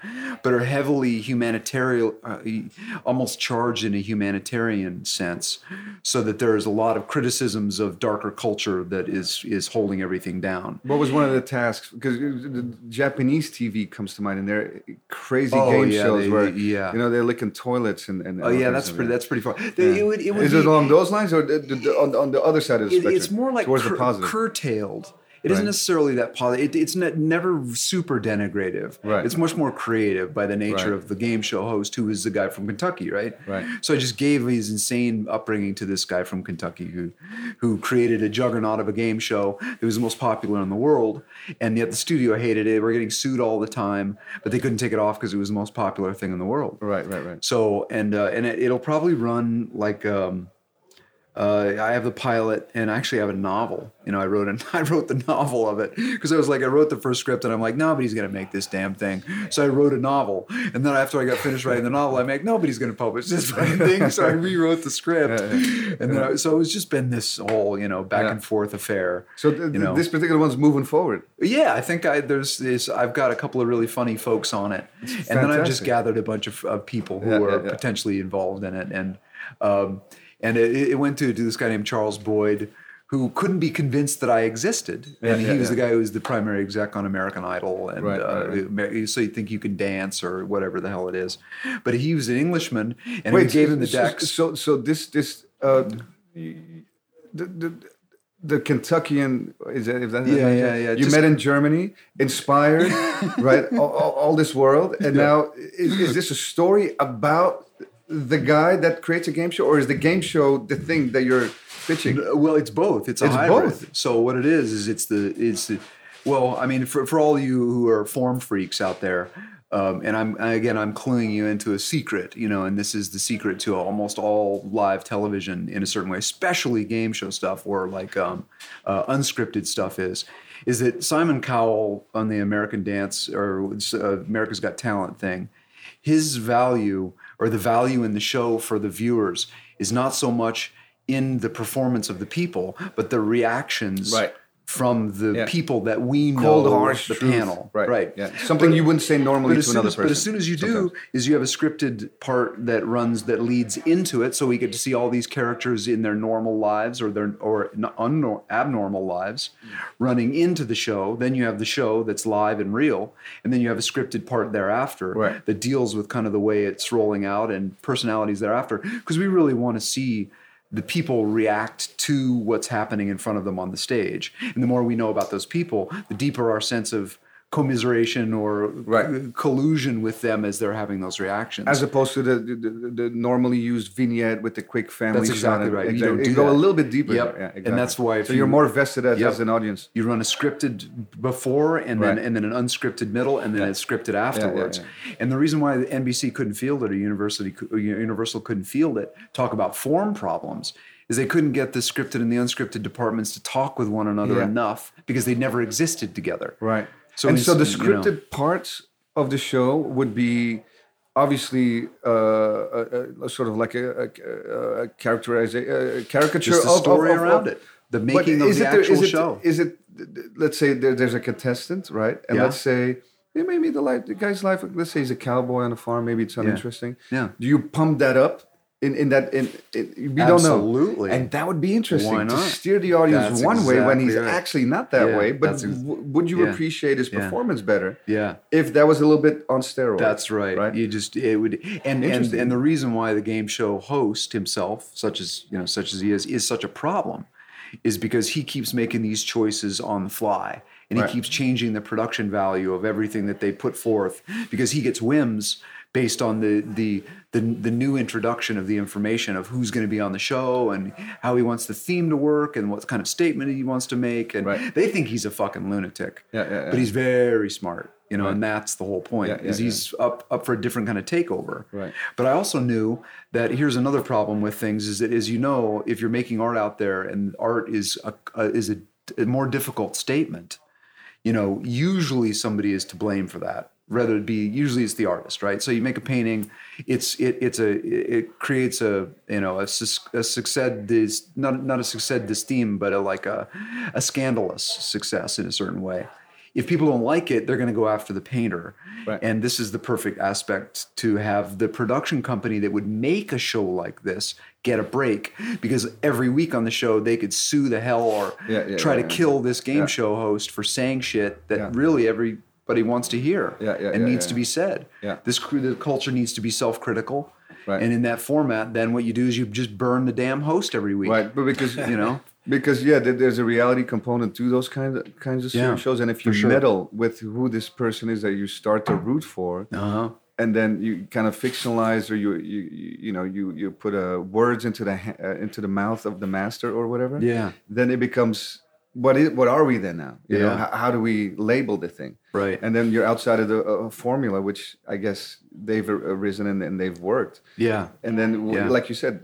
but are heavily humanitarian uh, almost charged in a humanitarian sense so that there is a lot of criticisms of darker culture that is is holding everything down what was one of the tasks? Because the Japanese TV comes to mind, and they're crazy Oh, game yeah, shows they- where they- yeah. you know they're licking toilets and. and oh yeah that's pretty that's pretty far They- it would, it would Is it "Oh, be- along those lines, or the, the, the- on, on the other side of the it- spectrum? it's more like towards cur- the positive. curtailed. It not Right. necessarily that poly. It, it's ne- never super denigrative. Right. It's much more creative by the nature Right. of the game show host, who is the guy from Kentucky, right? Right. So I just gave his insane upbringing to this guy from Kentucky who, who created a juggernaut of a game show that was the most popular in the world, and yet the studio hated it. We're getting sued all the time, but they couldn't take it off because it was the most popular thing in the world. Right, right, right. So and uh, and it, it'll probably run like um, uh, I have the pilot, and I actually have a novel. You know, I wrote an, I wrote the novel of it because I was like, I wrote the first script, and I'm like, nobody's gonna make this damn thing. So I wrote a novel, and then after I got finished writing the novel, I'm like, nobody's gonna publish this fucking thing. So I rewrote the script, and then I, so it's just been this whole you know back Yeah. and forth affair. So th- you know. this particular one's moving forward. Yeah, I think I there's this. I've got a couple of really funny folks on it, and then I've just fantastic. gathered a bunch of, of people who Yeah, were yeah, yeah. potentially involved in it, and um, and it, it went to to this guy named Charles Boyd, who couldn't be convinced that I existed, and yeah, he was yeah. the guy who was the primary exec on American Idol, and Right, uh, right, Amer- so you think you can dance or whatever the hell it is, but he was an Englishman, and we Wait, gave him the s- s- decks. So, so this this uh, the, the the Kentuckian is that if that Yeah, yeah, yeah, You just- met in Germany, inspired, right? All, all, all this world, and now is, is this a story about the guy that creates a game show, or is the game show the thing that you're pitching? Well, it's both. It's a It's hybrid. both. So what it is is it's the it's the, well, I mean, for for all you who are form freaks out there, um, and I'm and again I'm cluing you into a secret, you know, and this is the secret to almost all live television in a certain way, especially game show stuff or like um, uh, unscripted stuff is. Is that Simon Cowell on the American Dance or uh, America's Got Talent thing? his value or the value in the show for the viewers is not so much in the performance of the people, but the reactions Right. from the Yeah. people that we know Cold, harsh the truth. panel. right? Yeah, something you wouldn't say normally to But as, soon another as, person. but as soon as you do, is you have a scripted part that runs that leads into it, so we get to see all these characters in their normal lives or their or n- un- abnormal lives, Mm. running into the show. Then you have the show that's live and real, and then you have a scripted part thereafter Right. that deals with kind of the way it's rolling out and personalities thereafter, because we really want to see. The people react to what's happening in front of them on the Mm. stage. And the more we know about those people, the deeper our sense of commiseration or Right. collusion with them as they're having those reactions. As opposed to the, the, the, the normally used vignette with the quick family. That's shot exactly and- right. You exactly. don't You do go that. a little bit deeper. Yep. there. Yeah, And exactly. that's why if So you're you- more vested as, Yep. as an audience. you run a scripted before and then Right. and then an unscripted middle and then a scripted afterwards. And the reason why the NBC couldn't field it or University cou- or Universal couldn't field it, talk about form problems, is they couldn't get the scripted and the unscripted departments to talk with one another Yeah. enough because they never existed together. Right. So So and it's- so the you know. scripted parts of the show would be obviously uh, a, a- a sort of like a, a, a characterization, a caricature Just the of of- story of- of- around it, the But making of is the it there- actual is it, show. Is it? Let's say there, there's a contestant, right? And Yeah. let's say yeah, maybe the life, the guy's life. Let's say he's a cowboy on a farm. Maybe it's uninteresting. Yeah. Do you pump that up? In, in that in, in we don't know Absolutely. and that would be interesting Why to not? steer the audience That's one way when exactly he's right. actually not that Yeah, way but that's ex- w- would you yeah. appreciate his performance better Yeah. if that was a little bit on steroids. That's right. Right. You just it would and, and Interesting. and the reason why the game show host himself, such as you know, such as he is, is such a problem, is because he keeps making these choices on the fly. And he Right. keeps changing the production value of everything that they put forth because he gets whims based on the the the, the new introduction of the information of who's going to be on the show and how he wants the theme to work and what kind of statement he wants to make. And Right. they think he's a fucking lunatic. Yeah, yeah, yeah. But he's very smart, you know, and that's the whole point Yeah, yeah, is yeah. he's up up for a different kind of takeover. Right. But I also knew that here's another problem with things is that as you know, if you're making art out there and art is a, a is a, a more difficult statement, you know, usually somebody is to blame for that. Rather it be usually it's the artist, right? So you make a painting, it's it it's a it creates a you know a, sus- a success this not not a success this theme, but a like a a scandalous success in a certain way. If people don't like it, they're going to go after the painter, Right. and this is the perfect aspect to have the production company that would make a show like this get a break because every week on the show they could sue the hell or Yeah, yeah, try yeah, to yeah. kill this game show host for saying shit that Yeah. really everybody wants to hear Yeah, yeah, and yeah, needs yeah, to be said. Yeah. This cr- the culture needs to be self-critical. Right. And in that format, then what you do is you just burn the damn host every week. right but because You know? because yeah, there- there's a reality component to those kind of kinds of Yeah, shows, and if you for sure. meddle with who this person is that you start to root for, Uh huh. and then you kind of fictionalize or you you you you know you you put uh, words into the ha- uh, into the mouth of the master or whatever, Yeah. then it becomes what is what are we then now? You know, Yeah. how, how do we label the thing? Right. And then you're outside of the uh, formula, which I guess they've ar- arisen and, and they've worked. Yeah. And then, w Yeah. like you said,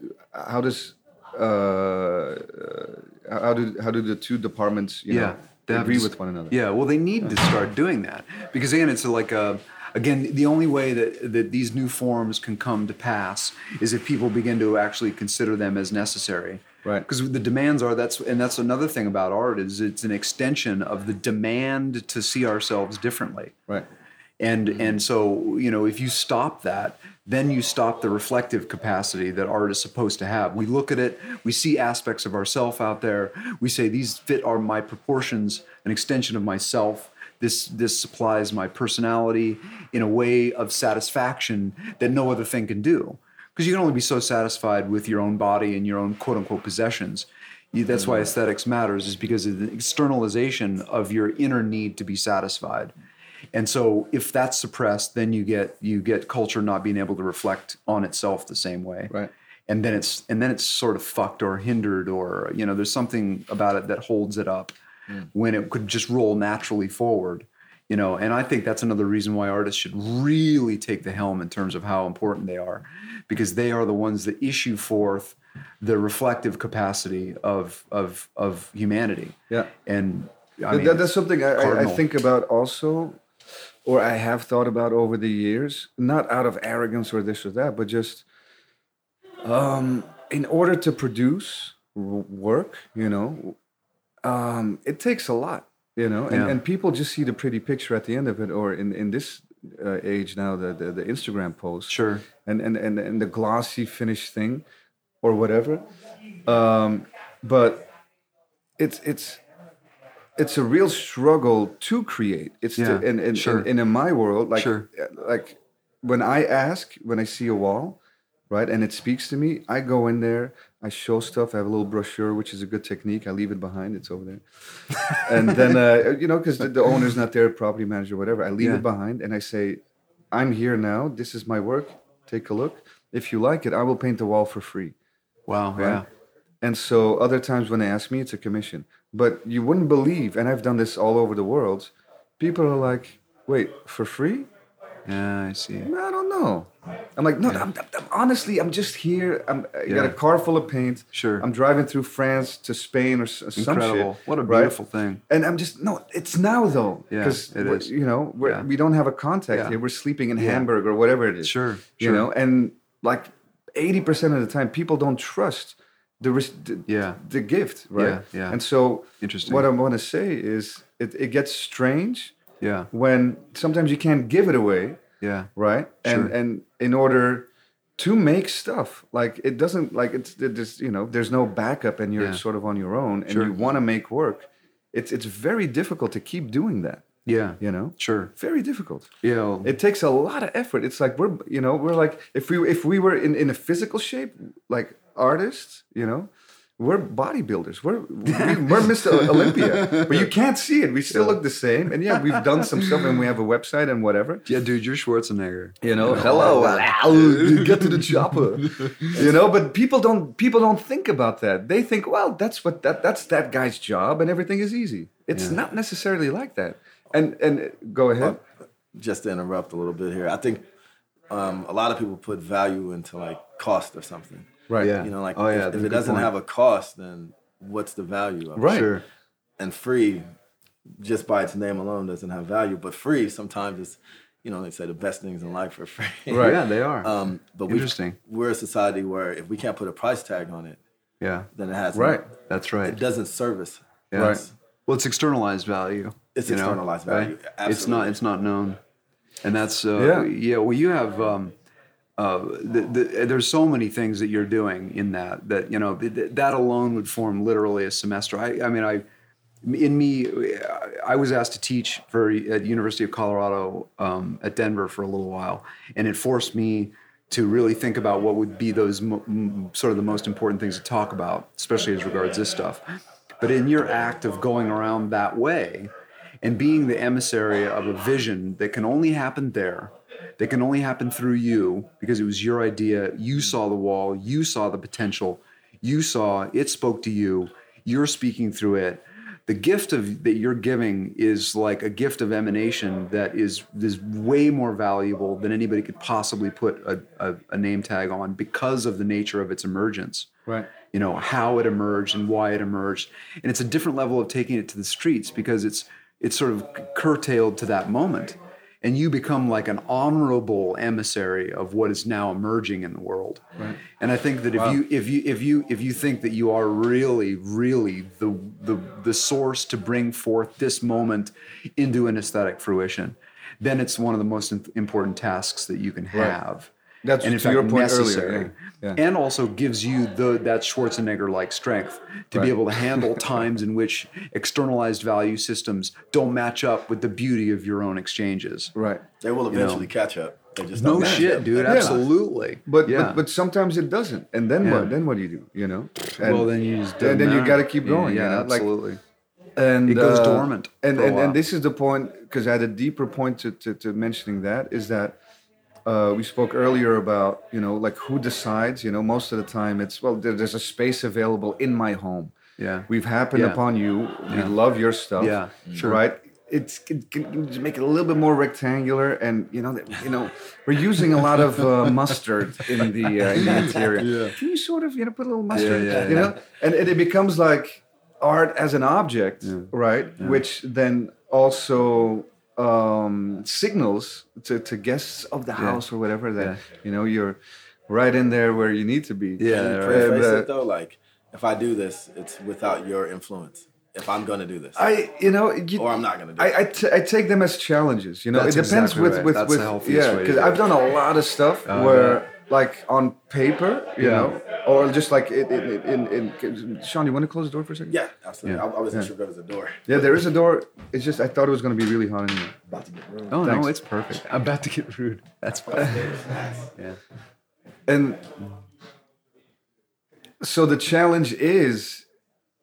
how does uh, uh, how do how do the two departments you Yeah. They know, have agree dis- with one another? Yeah, well, they need to start doing that because again, it's like uh again the only way that that these new forms can come to pass is if people begin to actually consider them as necessary. Right. Because the demands are that's and that's another thing about art is it's an extension of the demand to see ourselves differently. Right. And and so you know if you stop that, then you stop the reflective capacity that art is supposed to have. We look at it, we see aspects of ourself out there. We say these fit are my proportions, an extension of myself. This this supplies my personality in a way of satisfaction that no other thing can do. Because you can only be so satisfied with your own body and your own quote unquote possessions. You- That's why aesthetics matters, is because of the externalization of your inner need to be satisfied. And so if that's suppressed, then you get you get culture not being able to reflect on itself the same way. Right. And then it's and then it's sort of fucked or hindered or you know there's something about it that holds it up Hmm. when it could just roll naturally forward. You know, and I think that's another reason why artists should really take the helm in terms of how important they are because they are the ones that issue forth the reflective capacity of of of humanity. Yeah. And I But mean, that, that's something I, I, I cardinal. think about also, or I have thought about over the years, not out of arrogance or this or that, but just um, in order to produce w- work, you know, um, it takes a lot, you know, and, Yeah. and people just see the pretty picture at the end of it, or in, in this uh, age now, the, the, the Instagram post sure. and and and, and the glossy finish thing or whatever um, but it's it's it's a real struggle to create it's to, Yeah, and, and, sure. and, and in my world like uh, Sure. like when i ask when i see a wall right and it speaks to me i go in there i show stuff i have a little brochure which is a good technique i leave it behind it's over there and then uh, you know because the, the owner's not there property manager whatever i leave it Yeah. behind and i say i'm here now this is my work take a look if you like it i will paint the wall for free Wow, yeah. and so other times when they ask me it's a commission but you wouldn't believe and i've done this all over the world people are like wait for free Yeah, I see. i don't know i'm like no I'm, I'm- I'm- honestly i'm just here i'm i got a Yeah. car full of paint Sure. i'm driving through france to spain or s- some Incredible. shit, What a right? beautiful thing. And I'm just no. It's now though, Yeah, because it is. you know we're, Yeah. we don't have a contact Yeah. here. We're sleeping in Hamburg or whatever it is. Sure, You sure. know, and like eighty percent of the time, people don't trust the res- the, Yeah. the gift, right? Yeah, yeah. And so, Interesting. What I want to say is, it, it gets strange Yeah, when sometimes you can't give it away, yeah, right? And Sure. and in order to make stuff like it doesn't like it's there's you know there's no backup and you're Yeah. sort of on your own and Sure. you want to make work. It's it's very difficult to keep doing that. yeah. You know, Sure. very difficult. Yeah. well, It takes a lot of effort. It's like we're you know we're like if we if we were in in a physical shape like artists you know. We're bodybuilders. We're we- we're Mr. Olympia, but you can't see it. We still look the same, and yeah, we've done some stuff, and we have a website and whatever. yeah, dude, you're Schwarzenegger. You know, hello, I'll get to the chopper. you know, but people don't people don't think about that. They think, well, that's what that that's that guy's job, and everything is easy. It's Yeah. not necessarily like that. And and uh, go ahead. just to interrupt a little bit here, I think um, a lot of people put value into like cost or something. Right. Yeah. You know, like Oh, if- yeah, if, that's a it good doesn't point. have a cost, then what's the value of it? Right. Sure. And free, just by its name alone, doesn't have value. But free, sometimes it's, you know, they say the best things in life are free. Right. Yeah, they are. Um, but we, Interesting. we're a society where if we can't put a price tag on it, yeah, then it has Right. that's right. It doesn't service. yeah. Right. Well, it's externalized value. It's you know, externalized value, It's not. absolutely. It's not known. And that's uh, Yeah. yeah. Well, you have. Um, uh, the, the, there's so many things that you're doing in that that you know th- th- that alone would form literally a semester. I, I mean, I in me, I was asked to teach for at University of Colorado um, at Denver for a little while, and it forced me to really think about what would be those mo- m- sort of the most important things to talk about, especially as regards this stuff. But in your act of going around that way and being the emissary of a vision that can only happen there, that can only happen through you because it was your idea, you saw the wall, you saw the potential, you saw it spoke to you, you're speaking through it. The gift of that you're giving is like a gift of emanation that is is way more valuable than anybody could possibly put a, a, a name tag on because of the nature of its emergence Right. you know how it emerged and why it emerged and it's a different level of taking it to the streets because it's it's sort of curtailed to that moment and you become like an honorable emissary of what is now emerging in the world and i think that if you if you if you if you think that you are really really the the the source to bring forth this moment into an aesthetic fruition then it's one of the most im- important tasks that you can have That's and in to fact your point necessary, earlier. Yeah. and also gives you the that Schwarzenegger-like strength to be able to handle times in which externalized value systems don't match up with the beauty of your own exchanges. Right. They will eventually catch up. They just No don't match shit, up. dude. Yeah. Absolutely. But, yeah. but but sometimes it doesn't, and then Yeah. what? Then what do you do? You know. And- well, then you just then- then you doesn't gotta matter. keep going, Yeah, you know, like- absolutely. and uh, It goes dormant And for a and, while. and this is the point because I had a deeper point to, to, to mentioning that is that uh, we spoke earlier about you know like who decides you know most of the time it's well there, there's a space available in my home Yeah. we've happened Yeah. upon you we love your stuff Yeah, sure. right it's it can, can just make it a little bit more rectangular and you know that, you know we're using a lot of uh, mustard in the uh, in the interior can you sort of you know put a little mustard yeah, you yeah. know and, and it becomes like art as an object right which then also um, signals to, to guests of the house or whatever that you know you're right in there where you need to be Yeah, And, Preface uh, it though, like if I do this, it's without your influence. If I'm gonna do this, i you know you, or I'm not gonna do I, it. I, t- I take them as challenges. You know, That's it depends exactly with right. with That's with the healthiest yeah. way to Because do I've it. Uh, done a lot of stuff where like on paper, you Yeah. know, or just like in in, in, in Sean, you want to close the door for a second? yeah, absolutely. Yeah. I, I wasn't sure if there was a door. Yeah, there is a door. It's just I thought it was gonna be really hot in here. About to get ruined. Oh Thanks. no, it's perfect. I'm about to get rude. That's fine. yeah. And so the challenge is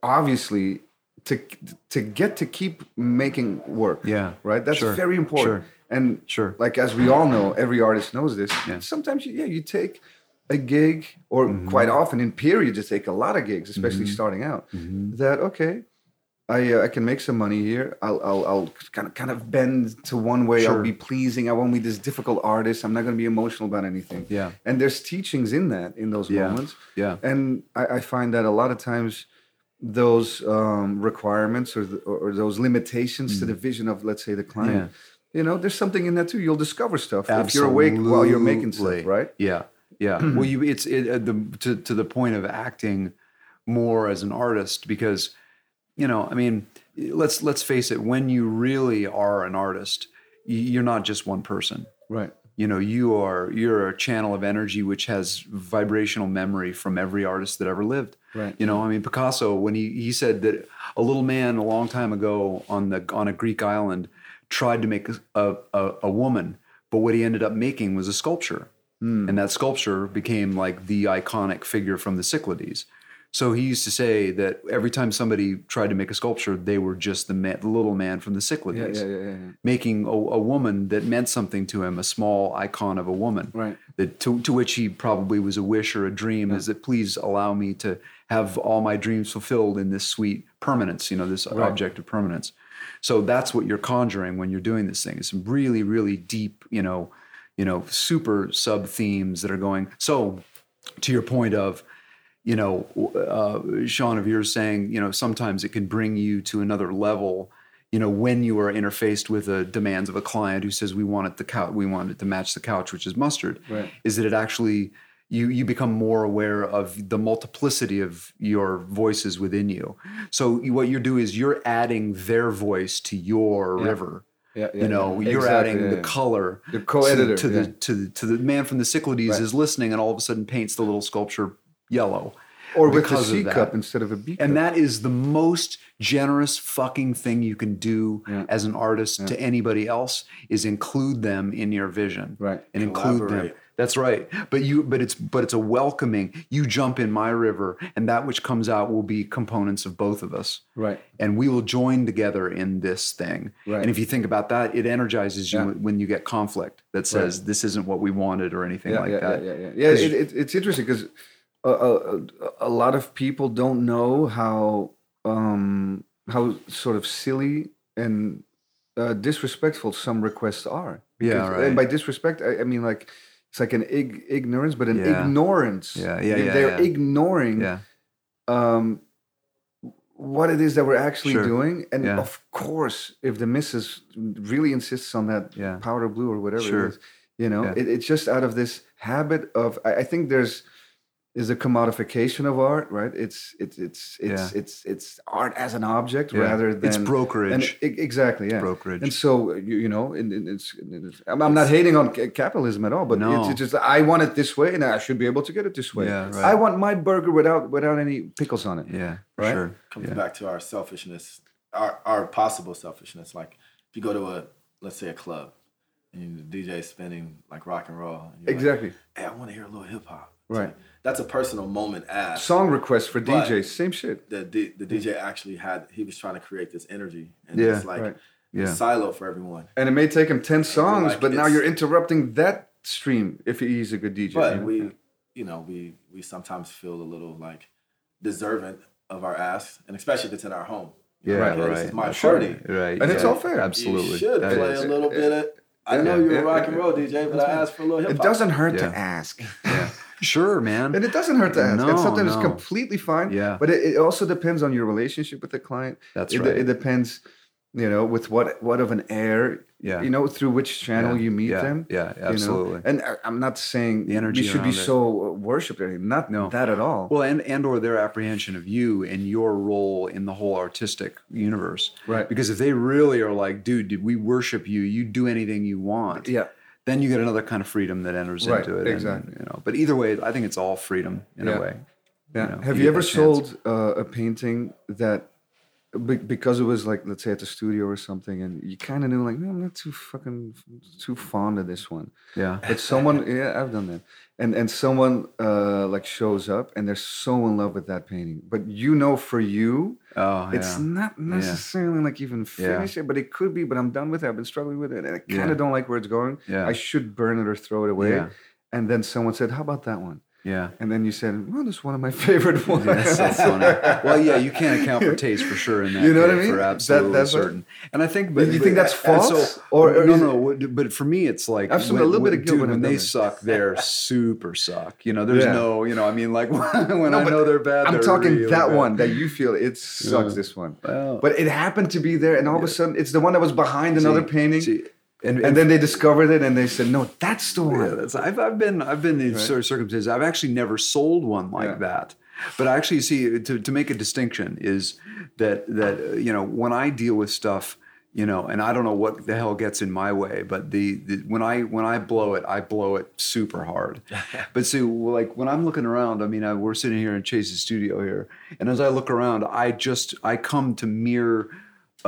obviously to to get to keep making work. Yeah. Right? That's Sure. very important. Sure. And Sure. like as we all know, every artist knows this. Sometimes you, yeah, you take a gig or Mm-hmm. quite often in periods you take a lot of gigs, especially starting out. Mm-hmm. That okay, I, uh, I can make some money here. I'll, I'll, I'll kind of kind of bend to one way. I'll Sure. be pleasing. I won't be this difficult artist. I'm not going to be emotional about anything. Yeah. And there's teachings in that in those Yeah. moments. Yeah. And I, I find that a lot of times those um, requirements or, the, or or those limitations to the Mm. vision of let's say the client. You know, there's something in that too. You'll discover stuff if you're awake while you're making stuff, Absolutely. right? Yeah, yeah. well, you it's it, uh, the to to the point of acting more as an artist because you know, I mean, let's let's face it. When you really are an artist, y- you're not just one person Right. you know you are you're a channel of energy which has vibrational memory from every artist that ever lived Right. you know i mean picasso when he he said that a little man a long time ago on the on a greek island tried to make a a, a woman but what he ended up making was a sculpture Hmm. and that sculpture became like the iconic figure from the cyclades so he used to say that every time somebody tried to make a sculpture they were just the, man, the little man from the cyclades Yeah, yeah, yeah, yeah, yeah. making a, a woman that meant something to him, a small icon of a woman. Right. That to, to which he probably was a wish or a dream is that please allow me to have all my dreams fulfilled in this sweet permanence, you know, this object of permanence. So that's what you're conjuring when you're doing this thing. It's some really, really deep, you know, you know, super sub themes that are going. So to your point of you know, uh, Sean, of yours saying, you know, sometimes it can bring you to another level. You know, when you are interfaced with the demands of a client who says we want it the couch, we want it to match the couch, which is mustard, Right. is that it actually you you become more aware of the multiplicity of your voices within you. So you- what you're doing is you're adding their voice to your river. Yeah, yeah, you know, yeah. you're Exactly, adding yeah, the yeah. color The to- co-editor, to, yeah. the to the to the man from the Cyclades is listening and all of a sudden paints the little sculpture yellow. or with a because of C that. cup instead of a B cup. And that is the most generous fucking thing you can do Yeah. as an artist to anybody else is include them in your vision. Right. And include them. Collaborate. That's right. But you but it's but it's a welcoming. You jump in my river and that which comes out will be components of both of us. right. And we will join together in this thing. Right. And if you think about that, it energizes you Yeah. when you get conflict that says this isn't what we wanted or anything like yeah, that. Yeah, yeah, yeah. yeah it, it, it's interesting because a, a, a lot of people don't know how um, how sort of silly and uh, disrespectful some requests are. Yeah, Because- right. And by disrespect, I, I mean like it's like an ig- ignorance, but an Yeah. ignorance. Yeah, yeah, They- yeah, They're yeah. ignoring Yeah. um, what it is that we're actually Sure. doing. And Yeah. of course, if the missus really insists on that Yeah. powder blue or whatever Sure. it is, you know, Yeah. it, it's just out of this habit of, I, I think there's, is a commodification of art, right? It's it's it's it's it's it's art as an object Yeah. rather than It's brokerage. and e- exactly, yeah, brokerage. And so you, you know, and, and it's, and it's- I'm, I'm not hating on ca- capitalism at all, but No. it's, it's just I want it this way, and I should be able to get it this way. Yeah, right. I want my burger without without any pickles on it. yeah. for Right? Sure. comes Yeah. back to our selfishness, our, our possible selfishness. Like if you go to a let's say a club and the DJ is spinning like rock and roll, and you're like, Exactly. hey, I want to hear a little hip hop. Right. that's a personal moment. As Song requests for But- DJs, same shit. the D, the DJ actually had, he was trying to create this energy and Yeah, it's like right. Yeah. silo for everyone. And it may take him ten songs, like, but now it's- you're interrupting that stream if he's a good DJ. But you know? we, you know, we we sometimes feel a little like deserving of our asks, and especially if it's in our home. You Yeah, know, right. like, hey, This is my Sure. party. Right. And it's yeah, all fair. You Absolutely. You should That play is. a little bit of. I know Yeah. you're Yeah, a rock yeah, and roll DJ, but I asked for a little hip it hop. doesn't hurt to Yeah. ask. Sure, man. And it doesn't hurt to ask. and No, sometimes no. it's completely fine. Yeah. But it, it also depends on your relationship with the client. That's it, right. It depends, you know, with what what of an air, Yeah. you know, through which channel Yeah, you meet yeah, them. yeah, you know. absolutely. And I, I'm not saying The energy we should be around it. so worshipped or anything. Not No. that at all. well, and and or their apprehension of you and your role in the whole artistic universe. Right. Because if they really are like, dude, did we worship you? You do anything you want. yeah. Then you get another kind of freedom that enters Right, into it. and, exactly. you know, but either way, I think it's all freedom in Yeah. a way. Yeah. know, Have you you get ever that chance. sold uh, a painting that be- because it was like let's say at the studio or something, and you kind of knew like "No, I'm not too fucking too fond of this one, Yeah. but someone yeah I've done that, and and someone uh, like shows up and they're so in love with that painting, but you know for you Oh, yeah. it's not necessarily like even finished yet, but it could be. But I'm done with it. I've been struggling with it, and I kind of Yeah. don't like where it's going. Yeah. I should burn it or throw it away. Yeah. And then someone said, "How about that one?" yeah. And then you said, "Well, this is one of my favorite ones." That's so funny. Well, yeah, you can't account for taste for sure in that. You know what I case, mean? For That- absolutely that's what- certain. and I think, but You but- think that's and false? Or- or, or no, is no. what- But for me, it's like I've seen a little bit of guilt dude, when when, I've done they that. suck, they're super suck. You know, there's Yeah. no, you know, I mean, like when I but know they're bad, I'm they're talking really that bad. one that you feel it sucks. This one, Well- but it happened to be there, and all of a sudden, it's the one that was behind another painting, See, and, and then they discovered it, and they said, "No, that's the Yeah, one." that's, I've, I've been I've been in sort of circumstances. I've actually never sold one like Yeah. that. But I actually see to, to make a distinction is that that uh, you know when I deal with stuff you know and I don't know what the hell gets in my way but the, the when I when I blow it I blow it super hard but see like when I'm looking around I mean I, we're sitting here in Chase's studio here and as I look around I just I come to mere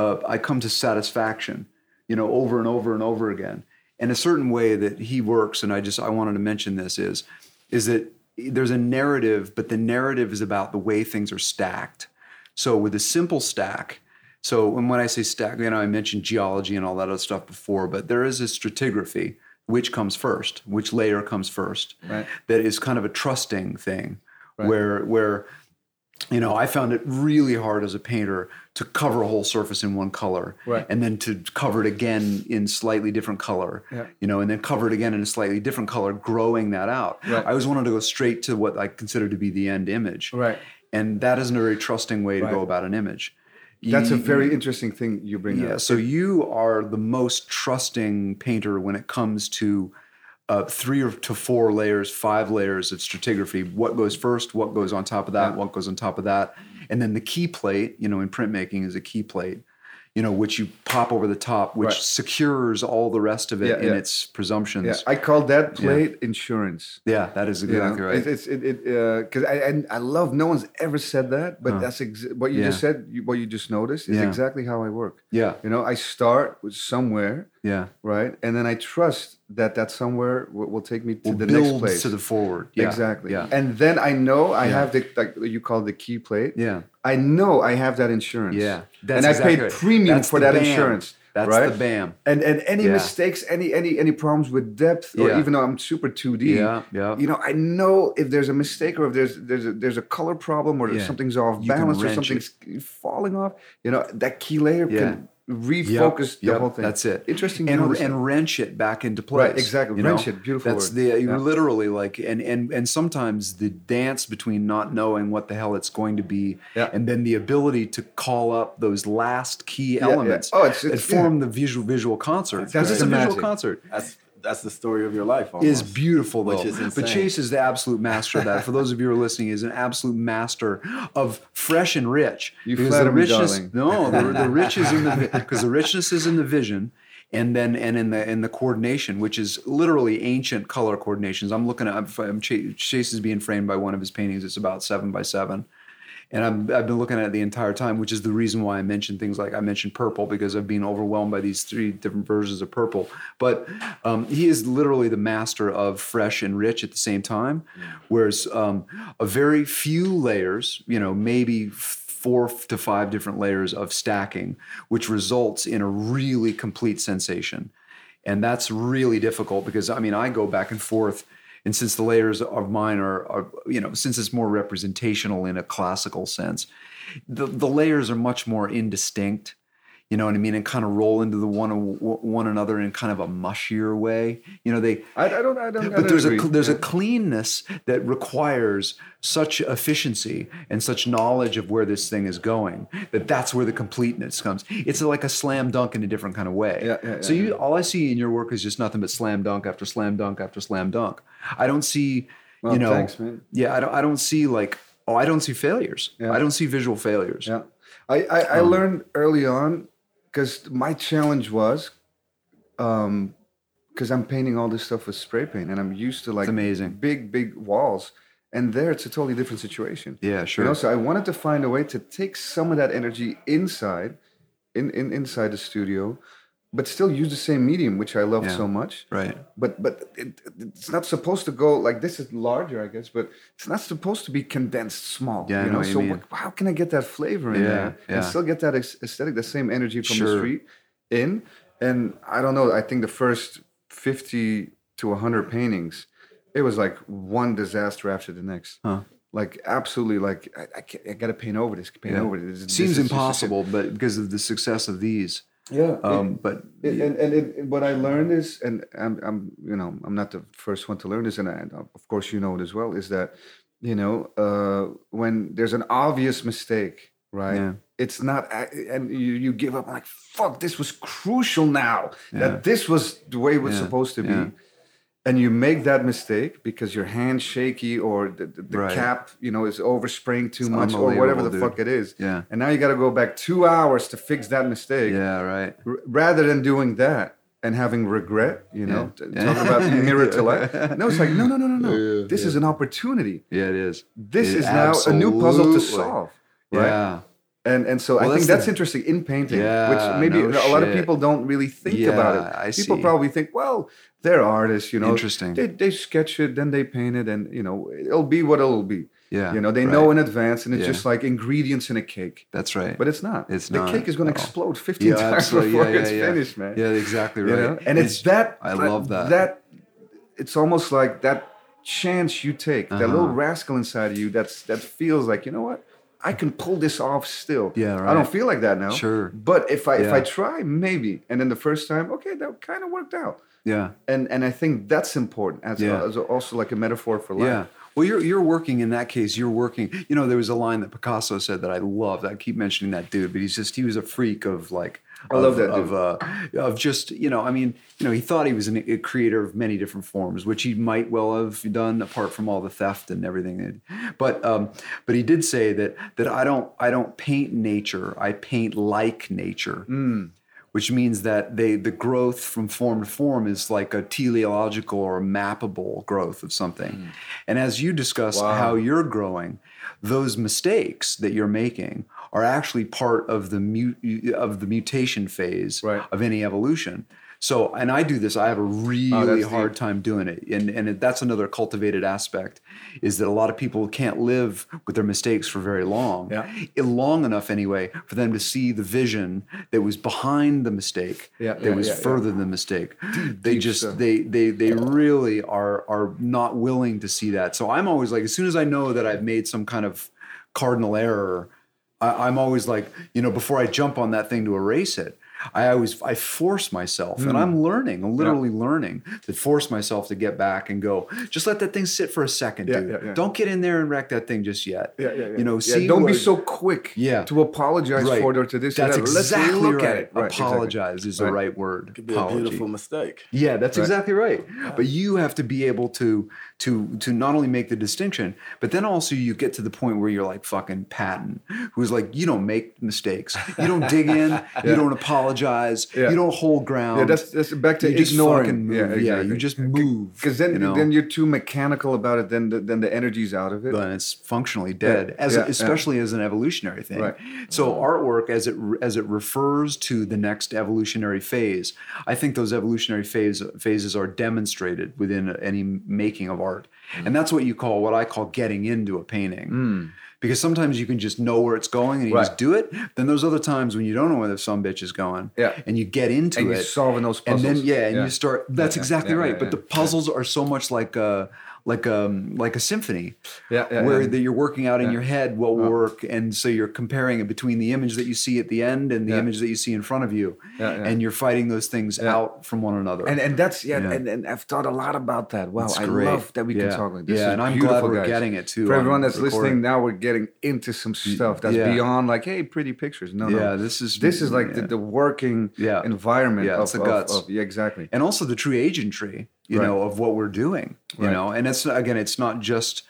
uh, I come to satisfaction you know over and over and over again and a certain way that he works and i just i wanted to mention this is is that there's a narrative but the narrative is about the way things are stacked so with a simple stack so when, when i say stack you know i mentioned geology and all that other stuff before but there is a stratigraphy which comes first which layer comes first Right. that is kind of a trusting thing where where you know, I found it really hard as a painter to cover a whole surface in one color, Right. and then to cover it again in slightly different color, Yeah. you know, and then cover it again in a slightly different color, growing that out. Right. I always wanted to go straight to what I consider to be the end image, Right. And that isn't a very trusting way to Right. go about an image. That's a You- very interesting thing you bring yeah. up. So you are the most trusting painter when it comes to uh, three or to four layers, five layers of stratigraphy. What goes first? What goes on top of that? What goes on top of that? And then the key plate. You know, in printmaking, is a key plate. you know, which you pop over the top, which Right. secures all the rest of it Yeah, in yeah. its presumptions. Yeah, I call that plate insurance. Yeah, that is you know? exactly right. It's- It's it because I and I love no one's ever said that, but Huh. that's exa- what you Yeah. just said. You, what you just noticed is Yeah. exactly how I work. yeah, You know, I start with somewhere, yeah. right, and then I trust that that somewhere will, will take me to Well, the next builds place. to the forward. Yeah, Exactly. Yeah. And then I know I Yeah. have the like you call it the key plate. yeah. I know I have that insurance. Yeah. and I paid exactly right. premium That's for the that BAM. insurance. That's right? the BAM. And and any Yeah. mistakes, any any any problems with depth, or Yeah. even though I'm super 2D, Yeah, yeah. you know, I know if there's a mistake or if there's there's a, there's a color problem or Yeah. something's off You can balance or wrench something's falling off. You know, that key layer Yeah. can Yep, refocus the yep, whole thing. That's it. Interesting. you And, noticed that. and wrench it back into place. exactly. you Wrench it, beautiful That's word. the you Yeah. literally like and and and sometimes the dance between not knowing what the hell it's going to be Yeah. and then the ability to call up those last key yeah. elements Oh, it's- that it's- form the visual visual concert. That's Because it's a great. visual Magic. concert. That's that's the story of your life. Almost. is beautiful though. Which is but insane. Chase is the absolute master of that. For those of you who are listening, is an absolute master of fresh and rich. You Because flatter me, richness, darling. No, the, the rich is in the because the richness is in the vision. And then, and in the in the coordination, which is literally ancient color coordinations. I'm looking at. I'm, I'm Chase, Chase is being framed by one of his paintings. It's about seven by seven, and I'm, I've been looking at it the entire time, which is the reason why I mentioned things like I mentioned purple because I've been overwhelmed by these three different versions of purple. But um, he is literally the master of fresh and rich at the same time, whereas um, a very few layers, you know, maybe four to five different layers of stacking, which results in a really complete sensation. And that's really difficult because I mean, I go back and forth. And since the layers of mine are, are you know, since it's more representational in a classical sense, the, the layers are much more indistinct, you know what I mean, and kind of roll into the one one another in kind of a mushier way. You know, they I, I don't I don't. I but don't there's agree. a there's a cleanness that requires such efficiency and such knowledge of where this thing is going that that's where the completeness comes. It's like a slam dunk in a different kind of way. Yeah, yeah, so yeah, you all I see in your work is just nothing but slam dunk after slam dunk after slam dunk. I don't see Well, you know thanks, man. yeah I don't I don't see like oh I don't see failures. Yeah. I don't see visual failures. Yeah, I I, I Um, learned early on because my challenge was, um, because I'm painting all this stuff with spray paint and I'm used to like amazing. big big walls, and there it's a totally different situation. Yeah, You sure. know, so I wanted to find a way to take some of that energy inside, in, in inside the studio, but still use the same medium which I love Yeah. so much right. but but it, it's not supposed to go like this is larger i guess but it's not supposed to be condensed small Yeah, I you know know, what you so mean. what, how can i get that flavor in Yeah, there yeah. and still get that aes- aesthetic the same energy from the Sure. street in and i don't know i think the first 50 to 100 paintings it was like one disaster after the next Huh. like absolutely like i, I, can't- I gotta paint over this paint Yeah. over this this Seems is just- impossible, but because of the success of these, yeah it- um, but it, and and it, it- what I learned is, and I'm, I'm you know I'm not the first one to learn this, and, I, and of course you know it as well, is that you know uh, when there's an obvious mistake, right? Yeah. It's not, a- and you you give up like fuck. This was crucial now Yeah. that this was the way it was Yeah, supposed to be. yeah. And you make that mistake because your hand's shaky or the, the, the Right. cap, you know, is overspraying too much or whatever unbelievable, the dude. fuck it is. Yeah. And now you got to go back two hours to fix that mistake yeah, right. r- rather than doing that and having regret, you know, Yeah. t- Yeah. talking about mirror to life. No, it's like, no, no, no, no, no. Yeah, this is an opportunity. Yeah, it is. This It is now a new puzzle to absolutely- solve. Right. Yeah, And and so I Well, think that's the- that's interesting in painting, Yeah, which maybe no a lot of shit. people don't really think Yeah, about it. I people see. probably think, well, they're artists, you know. Interesting. They, they sketch it, then they paint it, and you know, it'll be what it'll be. yeah. you know, they right. know in advance, and it's Yeah. just like ingredients in a cake. That's right. But it's not. It's the not cake is going to at all. explode 15 times absolutely. before yeah, it's yeah. finished, man. Yeah, exactly right. You know? And it's, that I love that. That it's almost like that chance you take, that Uh-huh. little rascal inside of you that's that feels like, you know what? I can pull this off still. Yeah, I don't right. feel like that now. Sure. But if I if I Yeah. try, maybe. And then the first time, okay, that kind of worked out. yeah, And and I think that's important as, Yeah. as also like a metaphor for life. yeah. Well, you're you're working in that case. You're working. You know, there was a line that Picasso said that I loved. I keep mentioning that dude, but he's just he was a freak of like I love of- that, dude. of uh, of just you know I mean you know he thought he was an, a creator of many different forms, which he might well have done apart from all the theft and everything. But um, but he did say that that I don't I don't paint nature, I paint like nature which means that they the growth from form to form is like a teleological or mappable growth of something. And as you discuss Hmm. Wow. how you're growing, those mistakes that you're making are actually part of the mu- of the mutation phase Right. of any evolution. So, and I do this. I have a really deep. hard time doing it, and and it- that's another cultivated aspect is that a lot of people can't live with their mistakes for very long Yeah. it- long enough anyway for them to see the vision that was behind the mistake Yeah, that yeah, was yeah, yeah. further than the mistake they just stuff. they they they really are are not willing to see that so i'm always like as soon as i know that i've made some kind of cardinal error I, i'm always like you know before i jump on that thing to erase it I always I force myself, Hmm. and I'm learning, I'm literally learning to force myself to get back and go. Just let that thing sit for a second, Yeah, dude. yeah, yeah. Don't get in there and wreck that thing just yet. Yeah, yeah, yeah. You know, Yeah, see don't be where- so quick Yeah. to apologize Right. for it or to this. or That's that. Let's exactly look right. at it. Right, exactly. Apologize is the Right. right word. Could be Apology. a beautiful mistake. Yeah, that's Right. exactly right. But you have to be able to to to not only make the distinction, but then also you get to the point where you're like fucking Patton, who's like, you don't make mistakes, you don't dig in, you don't apologize, Yeah. you don't hold ground. Yeah, that's that's back to you just ignoring. fucking move. Yeah, Yeah, exactly. you just move. because then you know? then you're too mechanical about it. Then the, then the energy's out of it. then it's functionally dead, as yeah, yeah. especially as an evolutionary thing. Right. So artwork, as it as it refers to the next evolutionary phase, I think those evolutionary phase phases are demonstrated within any making of art, Mm. and that's what you call what I call getting into a painting. Because sometimes you can just know where it's going and you Right. just do it. Then there's other times when you don't know where the some bitch is going, Yeah. and you get into and it you're solving those and puzzles. then yeah, and you start. That's exactly yeah, right. yeah, but the yeah. puzzles are so much like a like um like a symphony, Yeah, yeah, where yeah. that you're working out in your head what will work, and so you're comparing it between the image that you see at the end and the Yeah. image that you see in front of you, Yeah, yeah. and you're fighting those things out from one another. And and that's yeah, Yeah. And, and I've thought a lot about that. Wow, It's I great. love that we can Yeah. talk like this. Yeah, is and I'm beautiful, glad we're guys. getting it, too, For on everyone that's recording. listening now, we're getting into some stuff that's yeah. beyond like hey, pretty pictures. No, Yeah, no, this is- this is like the, yeah. the working Yeah. environment. Yeah, of, it's the of- guts. of- yeah, exactly. and also the true agentry, you Right. know, of what we're doing, you Right. know. And it's again, it's not just.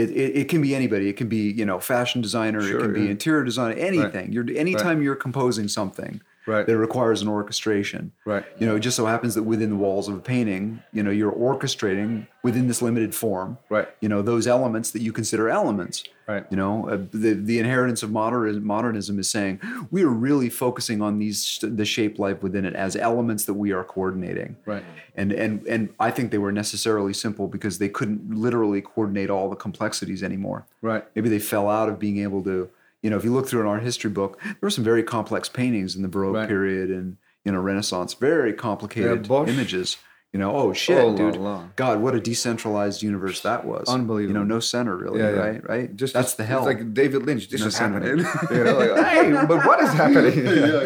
It, it, it can be anybody. It can be you know fashion designer. Sure, it can yeah. be interior designer. Anything. You're anytime you're composing something Right. that requires an orchestration. Right. You know, it just so happens that within the walls of a painting, you know, you're orchestrating within this limited form. Right. You know those elements that you consider elements. Right. You know, uh, the the inheritance of modern modernism is saying we are really focusing on these the shape life within it as elements that we are coordinating. Right. And and and I think they were necessarily simple because they couldn't literally coordinate all the complexities anymore. Right. Maybe they fell out of being able to. You know, if you look through an art history book, there were some very complex paintings in the Baroque Right. period and you know Renaissance, very complicated Yeah, Bosch. images. You know, oh shit, Oh, la, dude, la. God, what a decentralized universe that was. Unbelievable. You know, no center really, Yeah, yeah. right? Right? Just that's the it's hell. like David Lynch. This is sentiment. happening. you know, like, hey, but what is happening? yeah,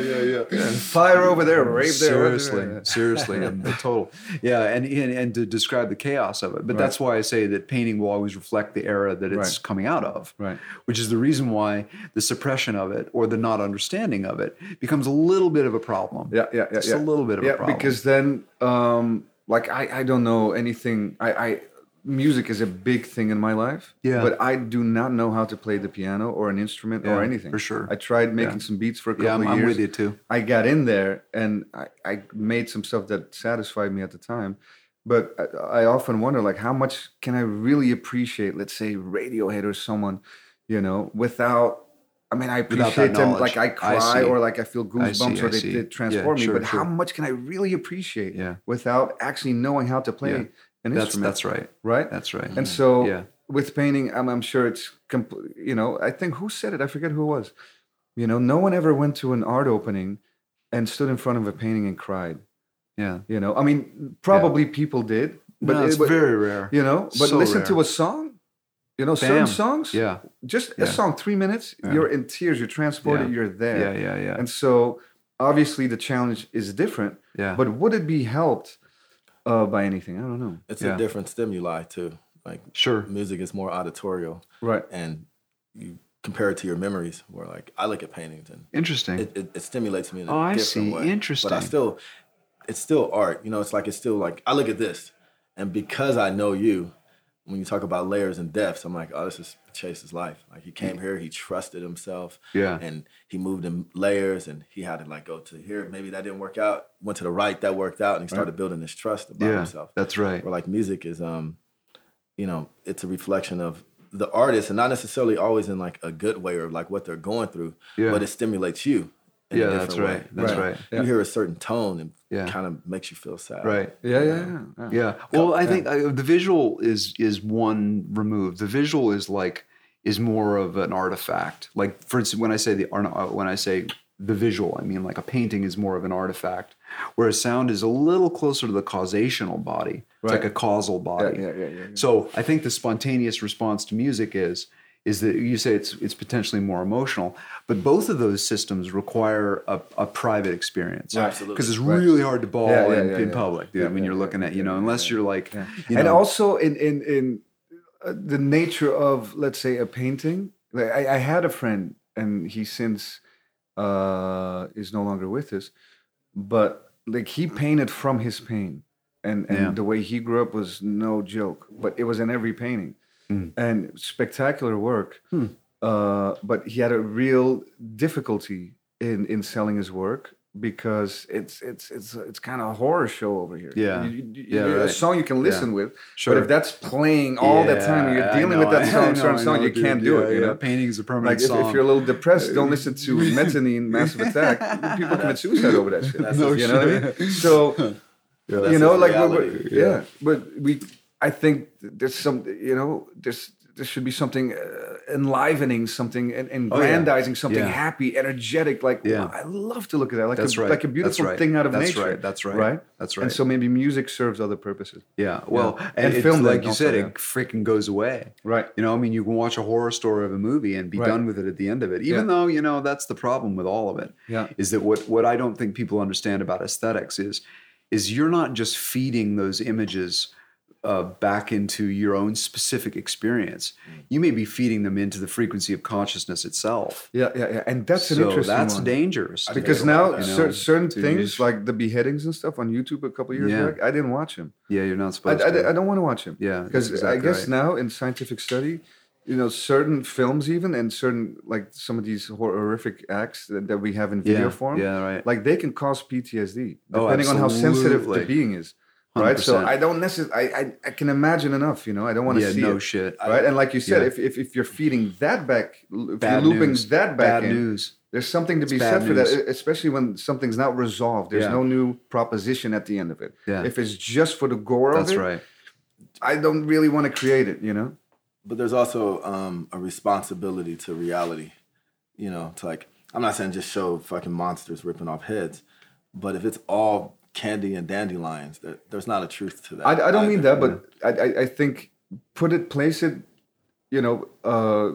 yeah. Fire over there, rape there. seriously, seriously, and the total. Yeah, and, and and to describe the chaos of it. But that's why I say that painting will always reflect the era that it's Right. coming out of. Right. Which is the reason why the suppression of it or the not understanding of it becomes a little bit of a problem. Yeah, yeah, yeah. Just yeah. a little bit of yeah, a problem. because then, um, like, I, I don't know anything. I, I music is a big thing in my life. Yeah. But I do not know how to play the piano or an instrument or Yeah, anything. for sure. I tried making some beats for a couple yeah, I'm, of I'm years. with you too. I got in there and I, I made some stuff that satisfied me at the time. But I, I often wonder, like, how much can I really appreciate, let's say, Radiohead or someone, you know, without. I mean, I that appreciate them. knowledge. Like I I cry see. or like I feel goosebumps see, or I they, see. they Yeah, transform me. sure, But how sure. much can I really appreciate Yeah. without actually knowing how to play Yeah. an That's instrument? that's right. right. That's right. And so Yeah. with painting, I'm, I'm sure it's compl- you know, I think who said it? I forget who it was. You know, no one ever went to an art opening and stood in front of a painting and cried. yeah. You know, I mean, probably people did, but But no, it's it, wa- very rare. you know, but so listen to rare. a song. You know, some Bam. songs, Yeah. just a Yeah. song, three minutes, Yeah. you're in tears, you're transported, Yeah. you're there. Yeah. Yeah. Yeah. And so obviously the challenge is different, Yeah. but would it be helped uh, by anything? I don't know. It's Yeah. a different stimuli too. Like sure. music is more auditorial, Right. and you compare it to your memories. Where like I look at paintings and Interesting. it, it, it stimulates me in a Oh, I different see. way. But Interesting. I still, it's still art. You know, it's like it's still like I look at this, and because I know you, when you talk about layers and depths, I'm like, oh, this is Chase's life. Like he came here, he trusted himself, Yeah. and he moved in layers, and he had to like go to here. Maybe that didn't work out. Went to the right, that worked out, and he started building this trust about yeah. himself. That's right. Or like music is, um, you know, it's a reflection of the artist, and not necessarily always in like a good way or like what they're going through, Yeah. but it stimulates you. in a Yeah, different that's right. way, That's you know? right. Yeah. You hear a certain tone and Yeah. kind of makes you feel sad. Right. Yeah, yeah, yeah. Yeah. Well, I think uh the visual is is one removed. The visual is like is more of an artifact. Like for instance, when I say the art- uh, when I say the visual, I mean like a painting is more of an artifact, whereas sound is a little closer to the causational body. It's like Right. a causal yeah, body. yeah, yeah, yeah, yeah. So I think the spontaneous response to music is is that you say it's it's potentially more emotional, but both of those systems require a, a private experience. Absolutely. Because it's really hard to ball Yeah, yeah, in, yeah, in yeah. public, dude. Yeah, I mean, yeah, you're yeah, looking at you yeah, know, yeah, unless yeah. you're like, Yeah. you and know, also in in in uh, the nature of let's say a painting. Like I, I had a friend, and he since uh, is no longer with us, but like he painted from his pain, and and Yeah. the way he grew up was no joke. But it was in every painting, Mm. and spectacular work. Hmm. Uh, but he had a real difficulty in in selling his work because it's it's it's it's kind of a horror show over here. Yeah. You- you- you- Yeah, you- right. a song you can listen with, sure. but if that's playing all the time, you're Yeah, I dealing know, with that I song, know, song, I song, know, you dude. can't do Yeah, it. You yeah. know, painting is a permanent like if, song. if you're a little depressed, don't listen to Mezzanine, Massive Attack. People commit suicide over that shit. That's you just- know what I mean? So That's you know, just like we're- we're- reality. yeah. but we, I think there's some, you know, there's there should be something uh, enlivening, something and aggrandizing, something Oh, Yeah. happy, energetic. Like Yeah. wow, I love to look at that, like that's a, right. like a That's beautiful right. thing out of that's nature. Right. That's right. Right. That's right. And so maybe music serves other purposes. yeah. Well, and, And it's film like then you also, said, yeah. it freaking goes away. Right. You know, I mean, you can watch a horror story of a movie and be Right. done with it at the end of it. Even Yeah. though, you know, that's the problem with all of it. Yeah. Is that what what I don't think people understand about aesthetics is is you're not just feeding those images uh, back into your own specific experience. Mm. You may be feeding them into the frequency of consciousness itself. Yeah, yeah, yeah. And that's an so interesting that's one. dangerous. because Yeah. now You cer- know, certain to things use- like the beheadings and stuff on YouTube a couple years Yeah. back, I didn't watch him. yeah, you're not I, supposed I, to. I don't want to watch him. yeah, that's because I exactly guess right. now in scientific study, you know, certain films even and certain like some of these hor- horrific acts that, that we have in video yeah, form, Yeah, right. like they can cause PTSD Oh, depending on how sensitive the absolutely. being is. Right, so 100%. I don't necessarily. I, I I can imagine enough, you know. I don't want to yeah, see no it, shit. right? And like you said, Yeah. if, if if you're feeding that back, l- if Bad you're looping news. that back Bad in, news. there's something to be bad said for that, news. e- especially when something's not resolved. There's Yeah. no new proposition at the end of it. Yeah. If it's just for the gore That's of it, right. I don't really want to create it. You know? But there's also um, a responsibility to reality. You know, to like I'm not saying just show fucking monsters ripping off heads, but if it's all candy and dandelions, there, there's not a truth to that. I, I don't mean either. that, but I, I I think put it, place it, you know, uh,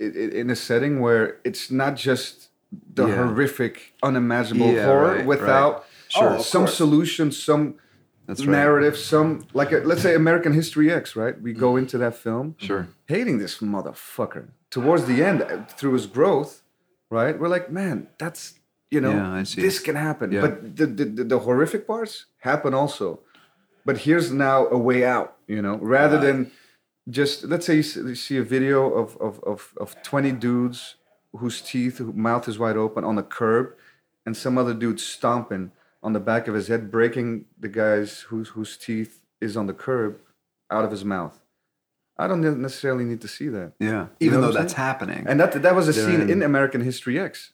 i- i- in a setting where it's not just the Yeah. horrific, unimaginable Yeah, horror right, without Sure, of some course. solution, some That's right. narrative, some like a, let's say American History X. Right? We go into that film. Sure. hating this motherfucker. Towards the end, uh, through his growth, right? We're like, man, that's you know, Yeah, I see. this can happen. Yeah. But the, the the- the horrific parts happen also. But here's now a way out, you know, rather than just let's say you s- you see a video of of of, of twenty dudes whose teeth, whose mouth is wide open on the curb, and some other dude stomping on the back of his head, breaking the guy's whose whose teeth is on the curb out of his mouth. I don't ne- necessarily need to see that. Yeah. You know Even what though I'm that's saying? happening. And that that was a scene Then- in American History X.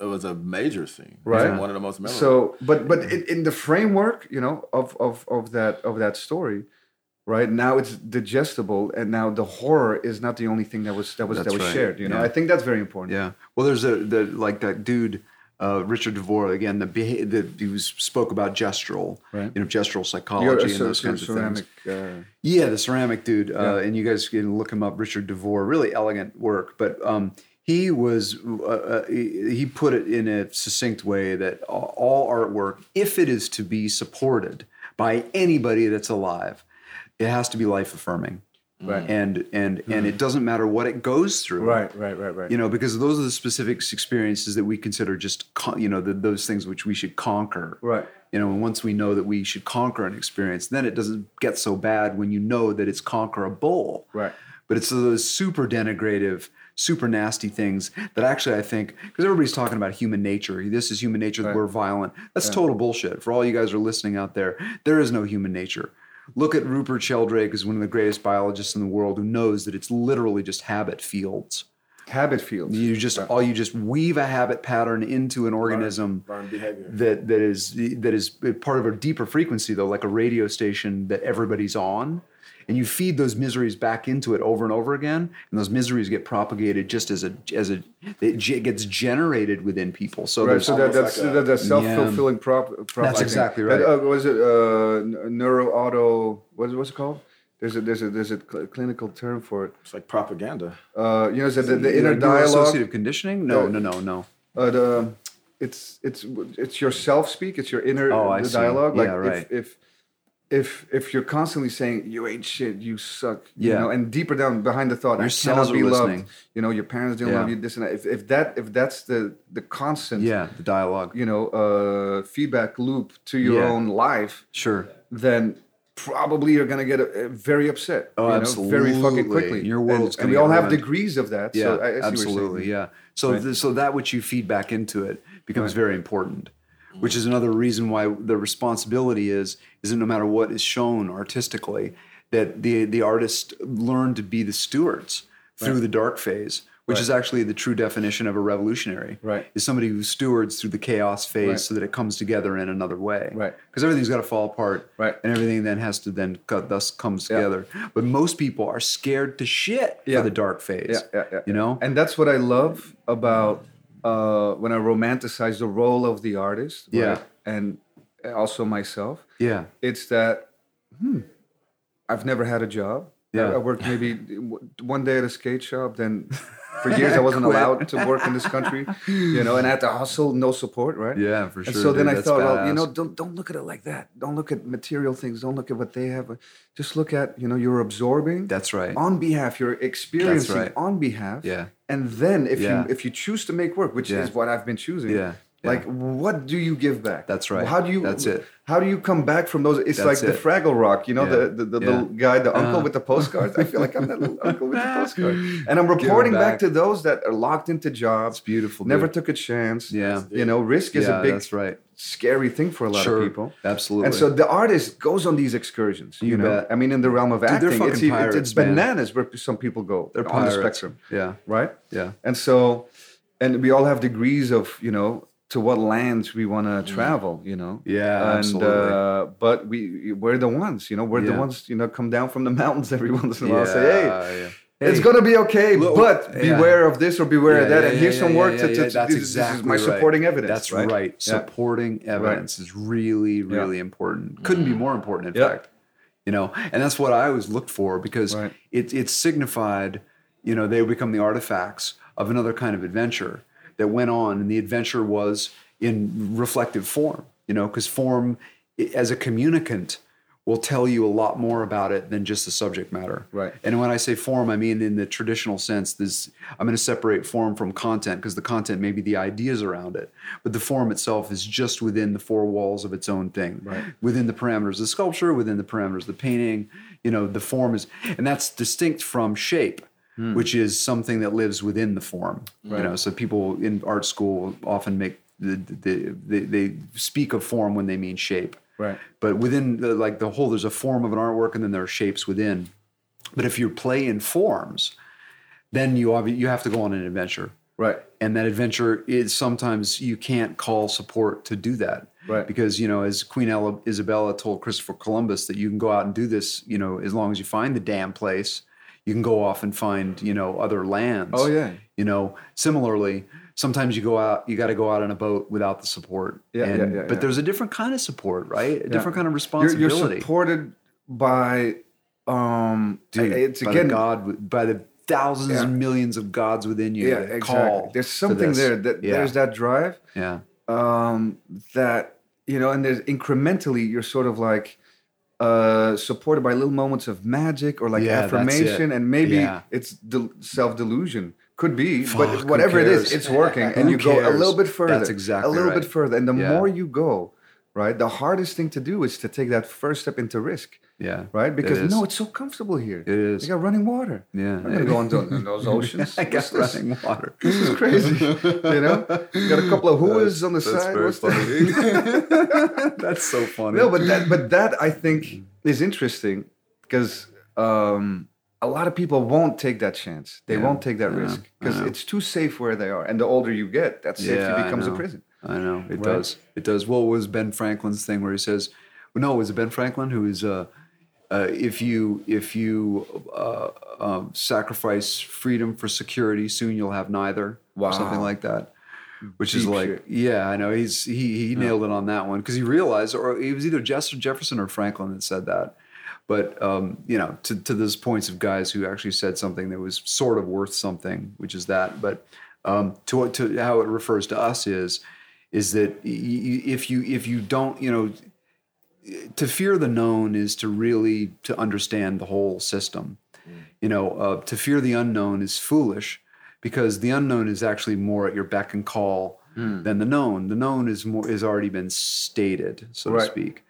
it was a major scene. It's Right. one of the most memorable. So, but but in, in the framework, you know, of of of that of that story, right now it's digestible, and now the horror is not the only thing that was that was That's that was right. shared. You know, I Yeah. think that's very important. Yeah. Well, there's a the like that dude, uh, Richard Devore again. The, beha- the he was spoke about gestural, Right. you know, gestural psychology You're a and cer- those cer- kinds of ceramic. things. uh, Yeah, the ceramic dude, uh, and you guys can look him up. Richard Devore, really elegant work, but um, he was uh, uh, he he put it in a succinct way that a- all artwork, if it is to be supported by anybody that's alive, it has to be life affirming. Right. and and and it doesn't matter what it goes through Right, right, right, right. you know because those are the specific experiences that we consider just con- you know the, those things which we should conquer Right. you know and once we know that we should conquer an experience then it doesn't get so bad when you know that it's conquerable Right. but it's those super denigrative super nasty things that actually i think because everybody's talking about human nature this is human nature that we're violent that's total bullshit for all you guys who are listening out there there is no human nature look at rupert sheldrake is one of the greatest biologists in the world who knows that it's literally just habit fields Habit fields. you just all you just weave a habit pattern into an organism learned behavior. that that is that is part of a deeper frequency though, like a radio station that everybody's on, and you feed those miseries back into it over and over again, and those miseries get propagated just as a as a it ge- gets generated within people. So Right, there's so that, almost that's like a- that, that's self fulfilling prop, prop. That's I think. exactly That, right. uh, was it uh, neuro auto? What's what's it called? There's a there's a there's a cl- clinical term for it. It's like propaganda. Uh, you know, so the, the inner inner dialogue. associative conditioning. No, Yeah. no, no, no. Uh, the it's it's it's your self speak. It's your inner Oh, I the see. dialogue. Like Yeah, right. if, if if if you're constantly saying you ain't shit, you suck. You Yeah. know, and deeper down behind the thought, Your I cells cannot are be loved. listening. You know, your parents didn't Yeah. love you. This and that. If if that if that's the the constant. Yeah, the dialogue. You know, uh, feedback loop to your Yeah. own life Sure. then probably you're gonna get uh, uh, very upset. Oh, you know, Very absolutely. fucking quickly. Your and, and world's gonna we get all have ruined. degrees of that. Yeah, so I, I see what you're saying. Mm-hmm. absolutely. Yeah. So th- so that which you feed back into it becomes very important, which is another reason why the responsibility is is that no matter what is shown artistically, that the the artists learn to be the stewards through the dark phase. Which is actually the true definition of a revolutionary. Right. Is somebody who stewards through the chaos phase Right. so that it comes together in another way. Right. Because everything's got to fall apart. Right. And everything then has to then cut, thus comes together. But most people are scared to shit Yeah. for the dark phase. Yeah, yeah, yeah. You know? And that's what I love about uh, when I romanticize the role of the artist. Yeah. right? And also myself. yeah. It's that hmm, I've never had a job. I- Yeah. I, worked maybe w- one day at a skate shop. Then for years I wasn't allowed to work in this country. You know, and I had to hustle, no support, right? Yeah, for sure. And so then dude. I That's thought, well, you badass. know, don't don't look at it like that. Don't look at material things. Don't look at what they have. Just look at you know you're absorbing that's right. on behalf. You're experiencing right. on behalf. Yeah. And then if Yeah. you if you choose to make work, which Yeah. is what I've been choosing. Yeah, yeah. Like what do you give back? That's right. How do you? That's it. How do you come back from those? It's That's like the it. Fraggle Rock. You know Yeah. the the, the Yeah. Uh-huh. little guy, the uncle with the postcards. I feel like I'm that little uncle with the postcard. And I'm Give it reporting back. back. to those that are locked into jobs. It's beautiful. Never dude. took a chance. Yeah. You know, risk is yeah, a big that's right. scary thing for a lot Sure. of people. Absolutely. And so the artist goes on these excursions. You, You know, bet. I mean, in the realm of they're acting, it's, fucking even- it's- it's pirates, man. bananas where some people go they're on the pirates. spectrum, Yeah. right? Yeah. And so, and we all have degrees of you know to what lands we want to travel. You know, Mm. Yeah, and, absolutely. Uh, but we we're the ones, you know, we're the Yeah. ones, you know, come down from the mountains every once in a while and yeah, say, hey. yeah. It's Hey. gonna be okay, Look, but yeah. beware of this or beware Yeah, of that. yeah, and yeah, here's yeah, some yeah, work yeah, to, to, yeah, to- that's this, this is exactly my right. supporting evidence. That's right. right. Yeah. Supporting evidence is really, really important. Couldn't be more important, in Yeah. fact. You know, and that's what I always looked for because Right. it it signified, you know, they become the artifacts of another kind of adventure that went on, and the adventure was in reflective form. You know, because form, i- as a communicant, will tell you a lot more about it than just the subject matter. Right. And when I say form, I mean in the traditional sense. This I'm going to separate form from content because the content may be the ideas around it, but the form itself is just within the four walls of its own thing, right. within the parameters of the sculpture, within the parameters of the painting. You know, the form is, and that's distinct from shape. Which is something that lives within the form, you know. So people in art school often make the, the, the they speak of form when they mean shape, Right. but within the, like the whole there's a form of an artwork and then there are shapes within but if you play in forms then you obvi- you have to go on an adventure Right. and that adventure is sometimes you can't call support to do that Right. because you know as queen Ella- isabella told christopher columbus that you can go out and do this you know as long as you find the damn place you can go off and find you know other lands Oh yeah. you know, similarly, sometimes you go out, you got to go out on a boat without the support. Yeah, and, yeah, yeah, But yeah. there's a different kind of support, right? A different kind of You're, responsibility. you're supported by um Dude, it's by again the God, by the thousands Yeah. and millions of gods within you. yeah, that exactly. Call There's to something this. there that yeah. there's that drive Yeah. um that you know and there's incrementally you're sort of like uh, supported by little moments of magic or like Yeah, that's affirmation, it. and maybe Yeah. it's del- self delusion. Could be, Fuck, but who whatever it is, cares? it's working, and Who you go a cares? little bit further. That's a exactly little right. bit further, and the Yeah. more you go, right, the hardest thing to do is to take that first step into risk, Yeah. right? Because is. no, it's so comfortable here. It is. You got running water. Yeah. I'm gonna go into in those oceans. I got What's this? running water. This is crazy. you know, you got a couple of whoas on the side. What's that? That's so funny. No, but that but that I think is interesting because um, a lot of people won't take that chance. They Yeah, won't take that I know, risk I because know. it's too safe where they are. And the older you get, that safety Yeah, I becomes a know. prison. I know it does. It does. What was Ben Franklin's thing where he says, "No, it was Ben Franklin who is uh, uh, if you if you uh, uh, sacrifice freedom for security, soon you'll have neither." Or something Wow. like that. Which is Deep like, shit. yeah, I know. He's he he nailed it on that one because he realized, or it was either Jess- Jefferson or Franklin that said that. But um, you know, to to those points of guys who actually said something that was sort of worth something, which is that. But um, to what to how it refers to us is is that y- y- if you if you don't you know to fear the known is to really to understand the whole system you know uh, to fear the unknown is foolish because the unknown is actually more at your beck and call than the known the known is more is already been stated so Right. to speak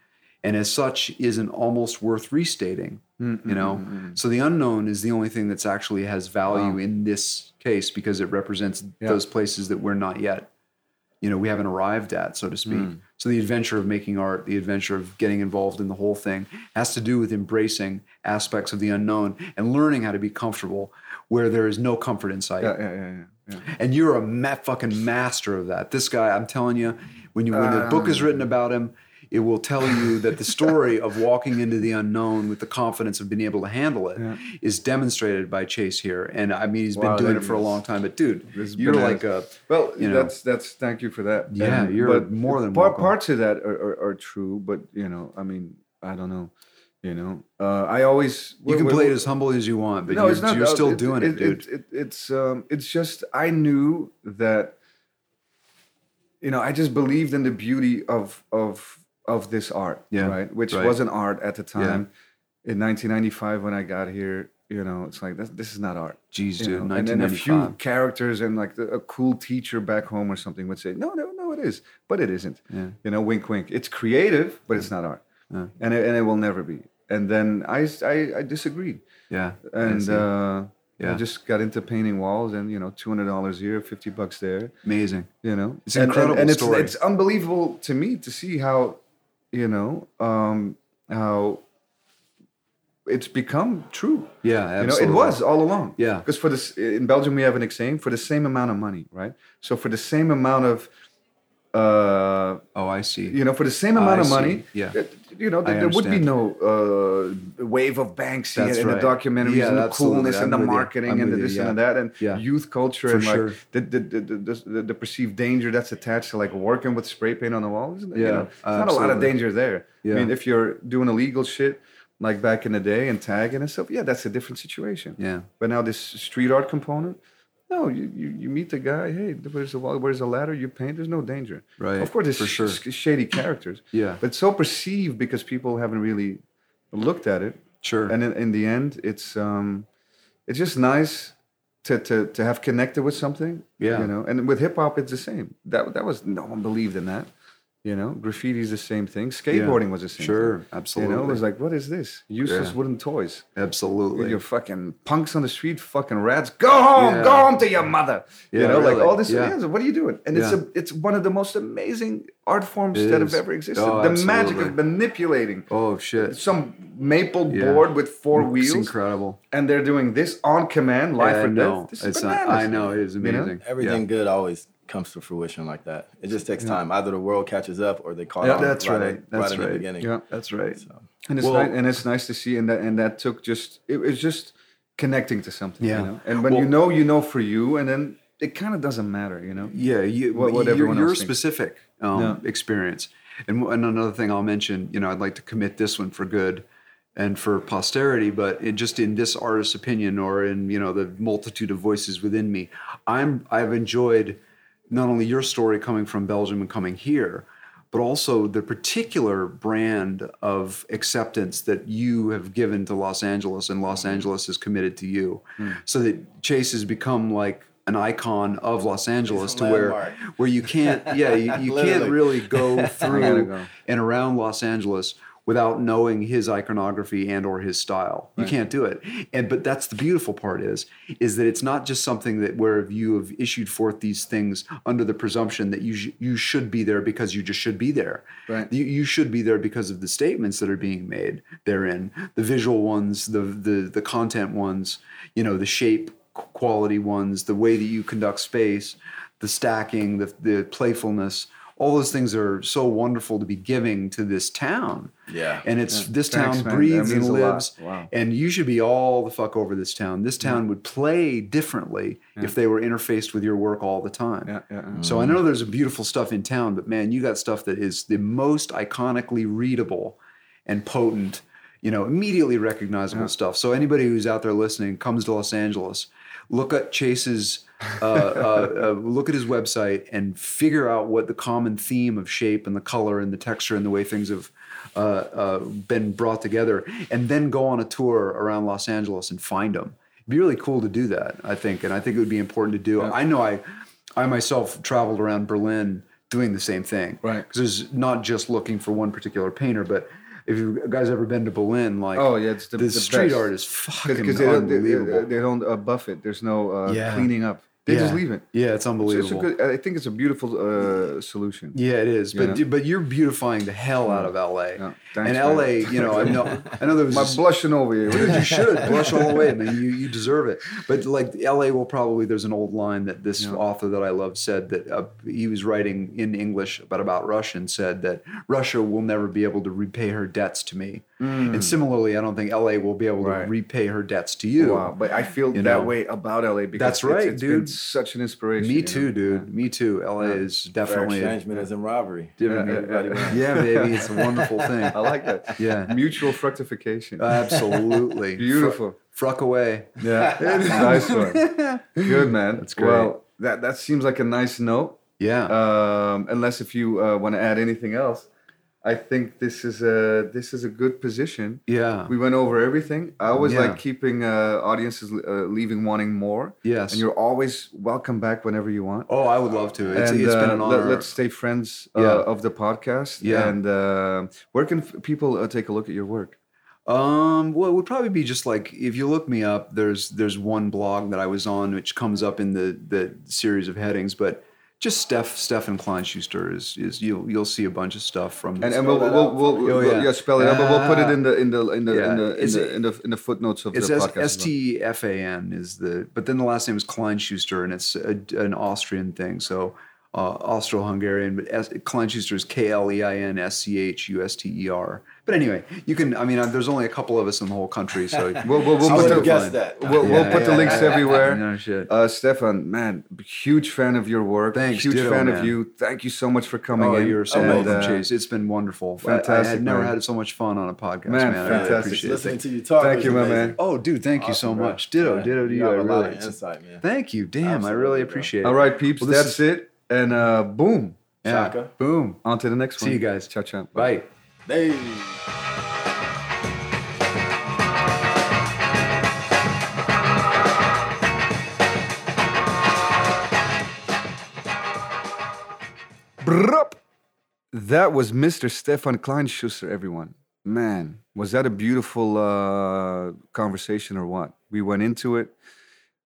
and as such isn't almost worth restating Mm-hmm. you know so the unknown is the only thing that's actually has value in this case because it represents those places that we're not yet you know we haven't arrived at so to speak so the adventure of making art the adventure of getting involved in the whole thing has to do with embracing aspects of the unknown and learning how to be comfortable where there is no comfort in sight Yeah, yeah, yeah, yeah. yeah. and you're a ma- fucking master of that. This guy, I'm telling you, when you when the book is Um. written about him, it will tell you that the story of walking into the unknown with the confidence of being able to handle it is demonstrated by Chase here. And I mean, he's Wow, been doing that it for a is- long time. But dude, this is you're bananas. like a Well, You know. that's that's thank you for that. Yeah, you're more than part, welcome. parts of that are, are, are true, but you know, I mean, I don't know. You know, uh, I always you can when- play it as humble as you want, but you're, you're uh, still doing it, dude. it- it's um, it's just I knew that. You know, I just believed in the beauty of of of this art, Yeah, right? Which right. was an art at the time. In 1995, when I got here, you know, it's like this, this is not art. Jeez, you dude, know? And then a 1995. few characters and like the, a cool teacher back home or something would say, "No, no, no, it is," but it isn't. Yeah. You know, wink, wink. It's creative, but it's not art, Yeah. and it, and it will never be. And then I s- I- I disagreed yeah, I and see. uh, I Yeah. just got into painting walls, and you know, two hundred dollars here, fifty bucks there. amazing. You know, It's And- and- an incredible and, it's, story. It's unbelievable to me to see how, you know, um, how it's become true. Yeah, absolutely. You know, it was all along. Yeah. Because for this, in Belgium, we have an exchange for the same amount of money, right? So for the same amount of, uh, Oh, I see. you know, for the same amount I of money, see. Yeah. that, you know, there, there would be no uh, wave of Banksy That's and right. the documentaries Yeah, and the absolutely. coolness and the I'm with you. marketing I'm and the with you, this yeah. and the that and Yeah. youth culture For and like sure. the, the, the, the, the, the perceived danger that's attached to like working with spray paint on the wall. Isn't it? you Yeah, know, there's not a lot of absolutely. danger there. I Yeah. mean, if you're doing illegal shit like back in the day and tagging and stuff, yeah, that's a different situation. Yeah. But now this street art component, no, you, you, you meet the guy. Hey, where's the wall? Where's the ladder? You paint. There's no danger. Right, Of course, there's for sure. sh- shady characters. Yeah. But it's so perceived because people haven't really looked at it. Sure. And in, in the end, it's um, it's just nice to, to to have connected with something. Yeah. You know, and with hip hop, it's the same. That that was no one believed in that. You know, graffiti is the same thing. Skateboarding was the same. Sure, thing. absolutely. You know, it was like, what is this? Useless Yeah. wooden toys. absolutely. You're fucking punks on the street, fucking rats. Go home, go Yeah. home to your mother. you Yeah, know, like really. all this. Yeah. yeah, so what are you doing? And it's Yeah. a, it's one of the most amazing art forms It that is. have ever existed. Oh, the magic absolutely. of manipulating Oh shit! some maple Yeah. board with four It's wheels, incredible. and they're doing this on command, life I or know. death. This It's is not, bananas. I know it is know? amazing. Everything Yeah. good always comes to fruition like that. It just takes time. Either the world catches up or they call Yeah, it that's right, right. at- That's right in the right. beginning. Yeah, That's right. and it's Well- nice, and it's nice to see, and that and that took just it was just connecting to something. Yeah. You know? And when you Well- know, you know for you, and then it kind of doesn't matter, you know. Yeah, you, What- what, what your, everyone your else thinks. specific um, Yeah. experience. And, w- and another thing I'll mention, you know, I'd like to commit this one for good and for posterity, but it, just in this artist's opinion or in, you know, the multitude of voices within me, I'm I've enjoyed not only your story coming from Belgium and coming here, but also the particular brand of acceptance that you have given to Los Angeles and Los Angeles is committed to you. So that Chase has become like an icon of Los Angeles to where landmark. where you can't yeah you, you can't Literally. really go through go. and around Los Angeles without knowing his iconography and or his style. You can't do it. And but that's the beautiful part is is that it's not just something that where you have issued forth these things under the presumption that you sh- you should be there because you just should be there. Right. You, you should be there because of the statements that are being made therein, the visual ones, the the the content ones, you know, the shape qu- quality ones, the way that you conduct space, the stacking, the the playfulness. All those things are so wonderful to be giving to this town. Yeah. And it's this Thanks, town man. That breathes and means a lot. lives. Wow. And you should be all the fuck over this town. This town would play differently if they were interfaced with your work all the time. Yeah, yeah, yeah. So I know there's beautiful stuff in town, but man, you got stuff that is the most iconically readable and potent, you know, immediately recognizable stuff. So anybody who's out there listening comes to Los Angeles, look at Chase's, uh, uh, uh, look at his website and figure out what the common theme of shape and the color and the texture and the way things have uh, uh, been brought together, and then go on a tour around Los Angeles and find them. It'd be really cool to do that, I think, and I think it would be important to do. I know I, I myself traveled around Berlin doing the same thing, Right. Because it's not just looking for one particular painter, but if you guys ever been to Berlin, like Oh, yeah, it's the- the the street best. art is fucking Because they don't, they, unbelievable. they, they don't uh, buff it. There's no uh, Yeah. cleaning up. They just Yeah. leave it. Yeah, it's So unbelievable. it's a good, I think it's a beautiful uh, solution. Yeah, it is. But Yeah. but you're beautifying the hell out of LA. Mm. thanks, and man. LA, you know, I know I know there was My this- blushing over here. What Dude, is you should blush all the way, man. You you deserve it. But like LA will probably there's an old line that this author that I love said that uh, he was writing in English but about Russia and said that Russia will never be able to repay her debts to me. And similarly, I don't think LA will be able to Right. repay her debts to you. Wow, but I feel You that know. way about LA because That's it's- right, it's been dude. such an inspiration. Me you too, know? dude. Me too. LA is Fair definitely exchangement is in robbery. yeah, baby. It's a wonderful thing. I like that. Yeah. mutual fructification. Absolutely. Beautiful. Fr- fruck away. Yeah, nice one. Good man. That's great. Well, that that seems like a nice note. Yeah. Um, unless if you uh, want to add anything else, I think this is a this is a good position. yeah. We went over everything. I always Yeah. like keeping uh, audiences uh, leaving wanting more. Yes. and you're always welcome back whenever you want. oh, I would love to. It's, and it's been uh, an let- honor. let's stay friends uh, Yeah. of the podcast. Yeah. And uh, where can f- people uh, take a look at your work? Um, well, it would probably be just like if you look me up. There's there's one blog that I was on, which comes up in the the series of headings, but. Just Steph, Stefan Kleinschuster is is you'll you'll see a bunch of stuff from And, and we'll, we'll, we'll, Oh, we'll- yeah. yeah, spell it out, but we'll put it in the in the in the Yeah. in the in Is the, it- in the in the footnotes of It's the S podcast. S as well. T F A N is the, but then the last name is Kleinschuster, and it's a, an Austrian thing, so uh, Austro-Hungarian. But S, Kleinschuster is K L E I N S C H U S T E R. But anyway, you can. I mean, uh, there's only a couple of us in the whole country, so We'll, we'll, we'll I put would the, have guessed that. We'll, we'll Yeah, put the yeah, links yeah. everywhere. No shit. Uh, Stefan, man, huge fan of your work. Thanks, huge ditto, fan of man. you. Thank you so much for coming Oh, in. you're so And, welcome, uh, Chase. It's been wonderful. I- I, fantastic, had never man. had so much fun on a podcast, Man, man. I fantastic. appreciate Listening it. to you talk. Thank was you, my amazing. man. Oh, dude, thank you so Awesome, bro. much. Ditto, Yeah. ditto to you. have I a lot really. of insight, man. Thank you. Damn, I really Absolutely, bro. appreciate it. All right, peeps, Well, this that's it. And uh, boom, Yeah. Shaka. Boom. on to the next See one. you guys. Ciao, ciao. Bye. Hey. Brup. That was Mr. Stefan Kleinschuster, everyone. Man, was that a beautiful uh, conversation or what? We went into it,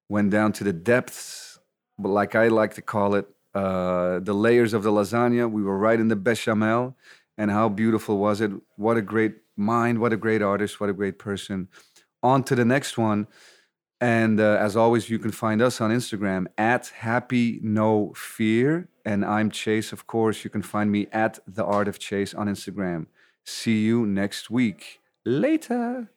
went down to the depths, but like I like to call it, uh, the layers of the lasagna. We were right in the bechamel. And how beautiful was it? What a great mind, what a great artist, what a great person. On to the next one. And uh, as always, you can find us on Instagram at Happy No Fear. And I'm Chase, of course. You can find me at The Art of Chase on Instagram. See you next week. Later.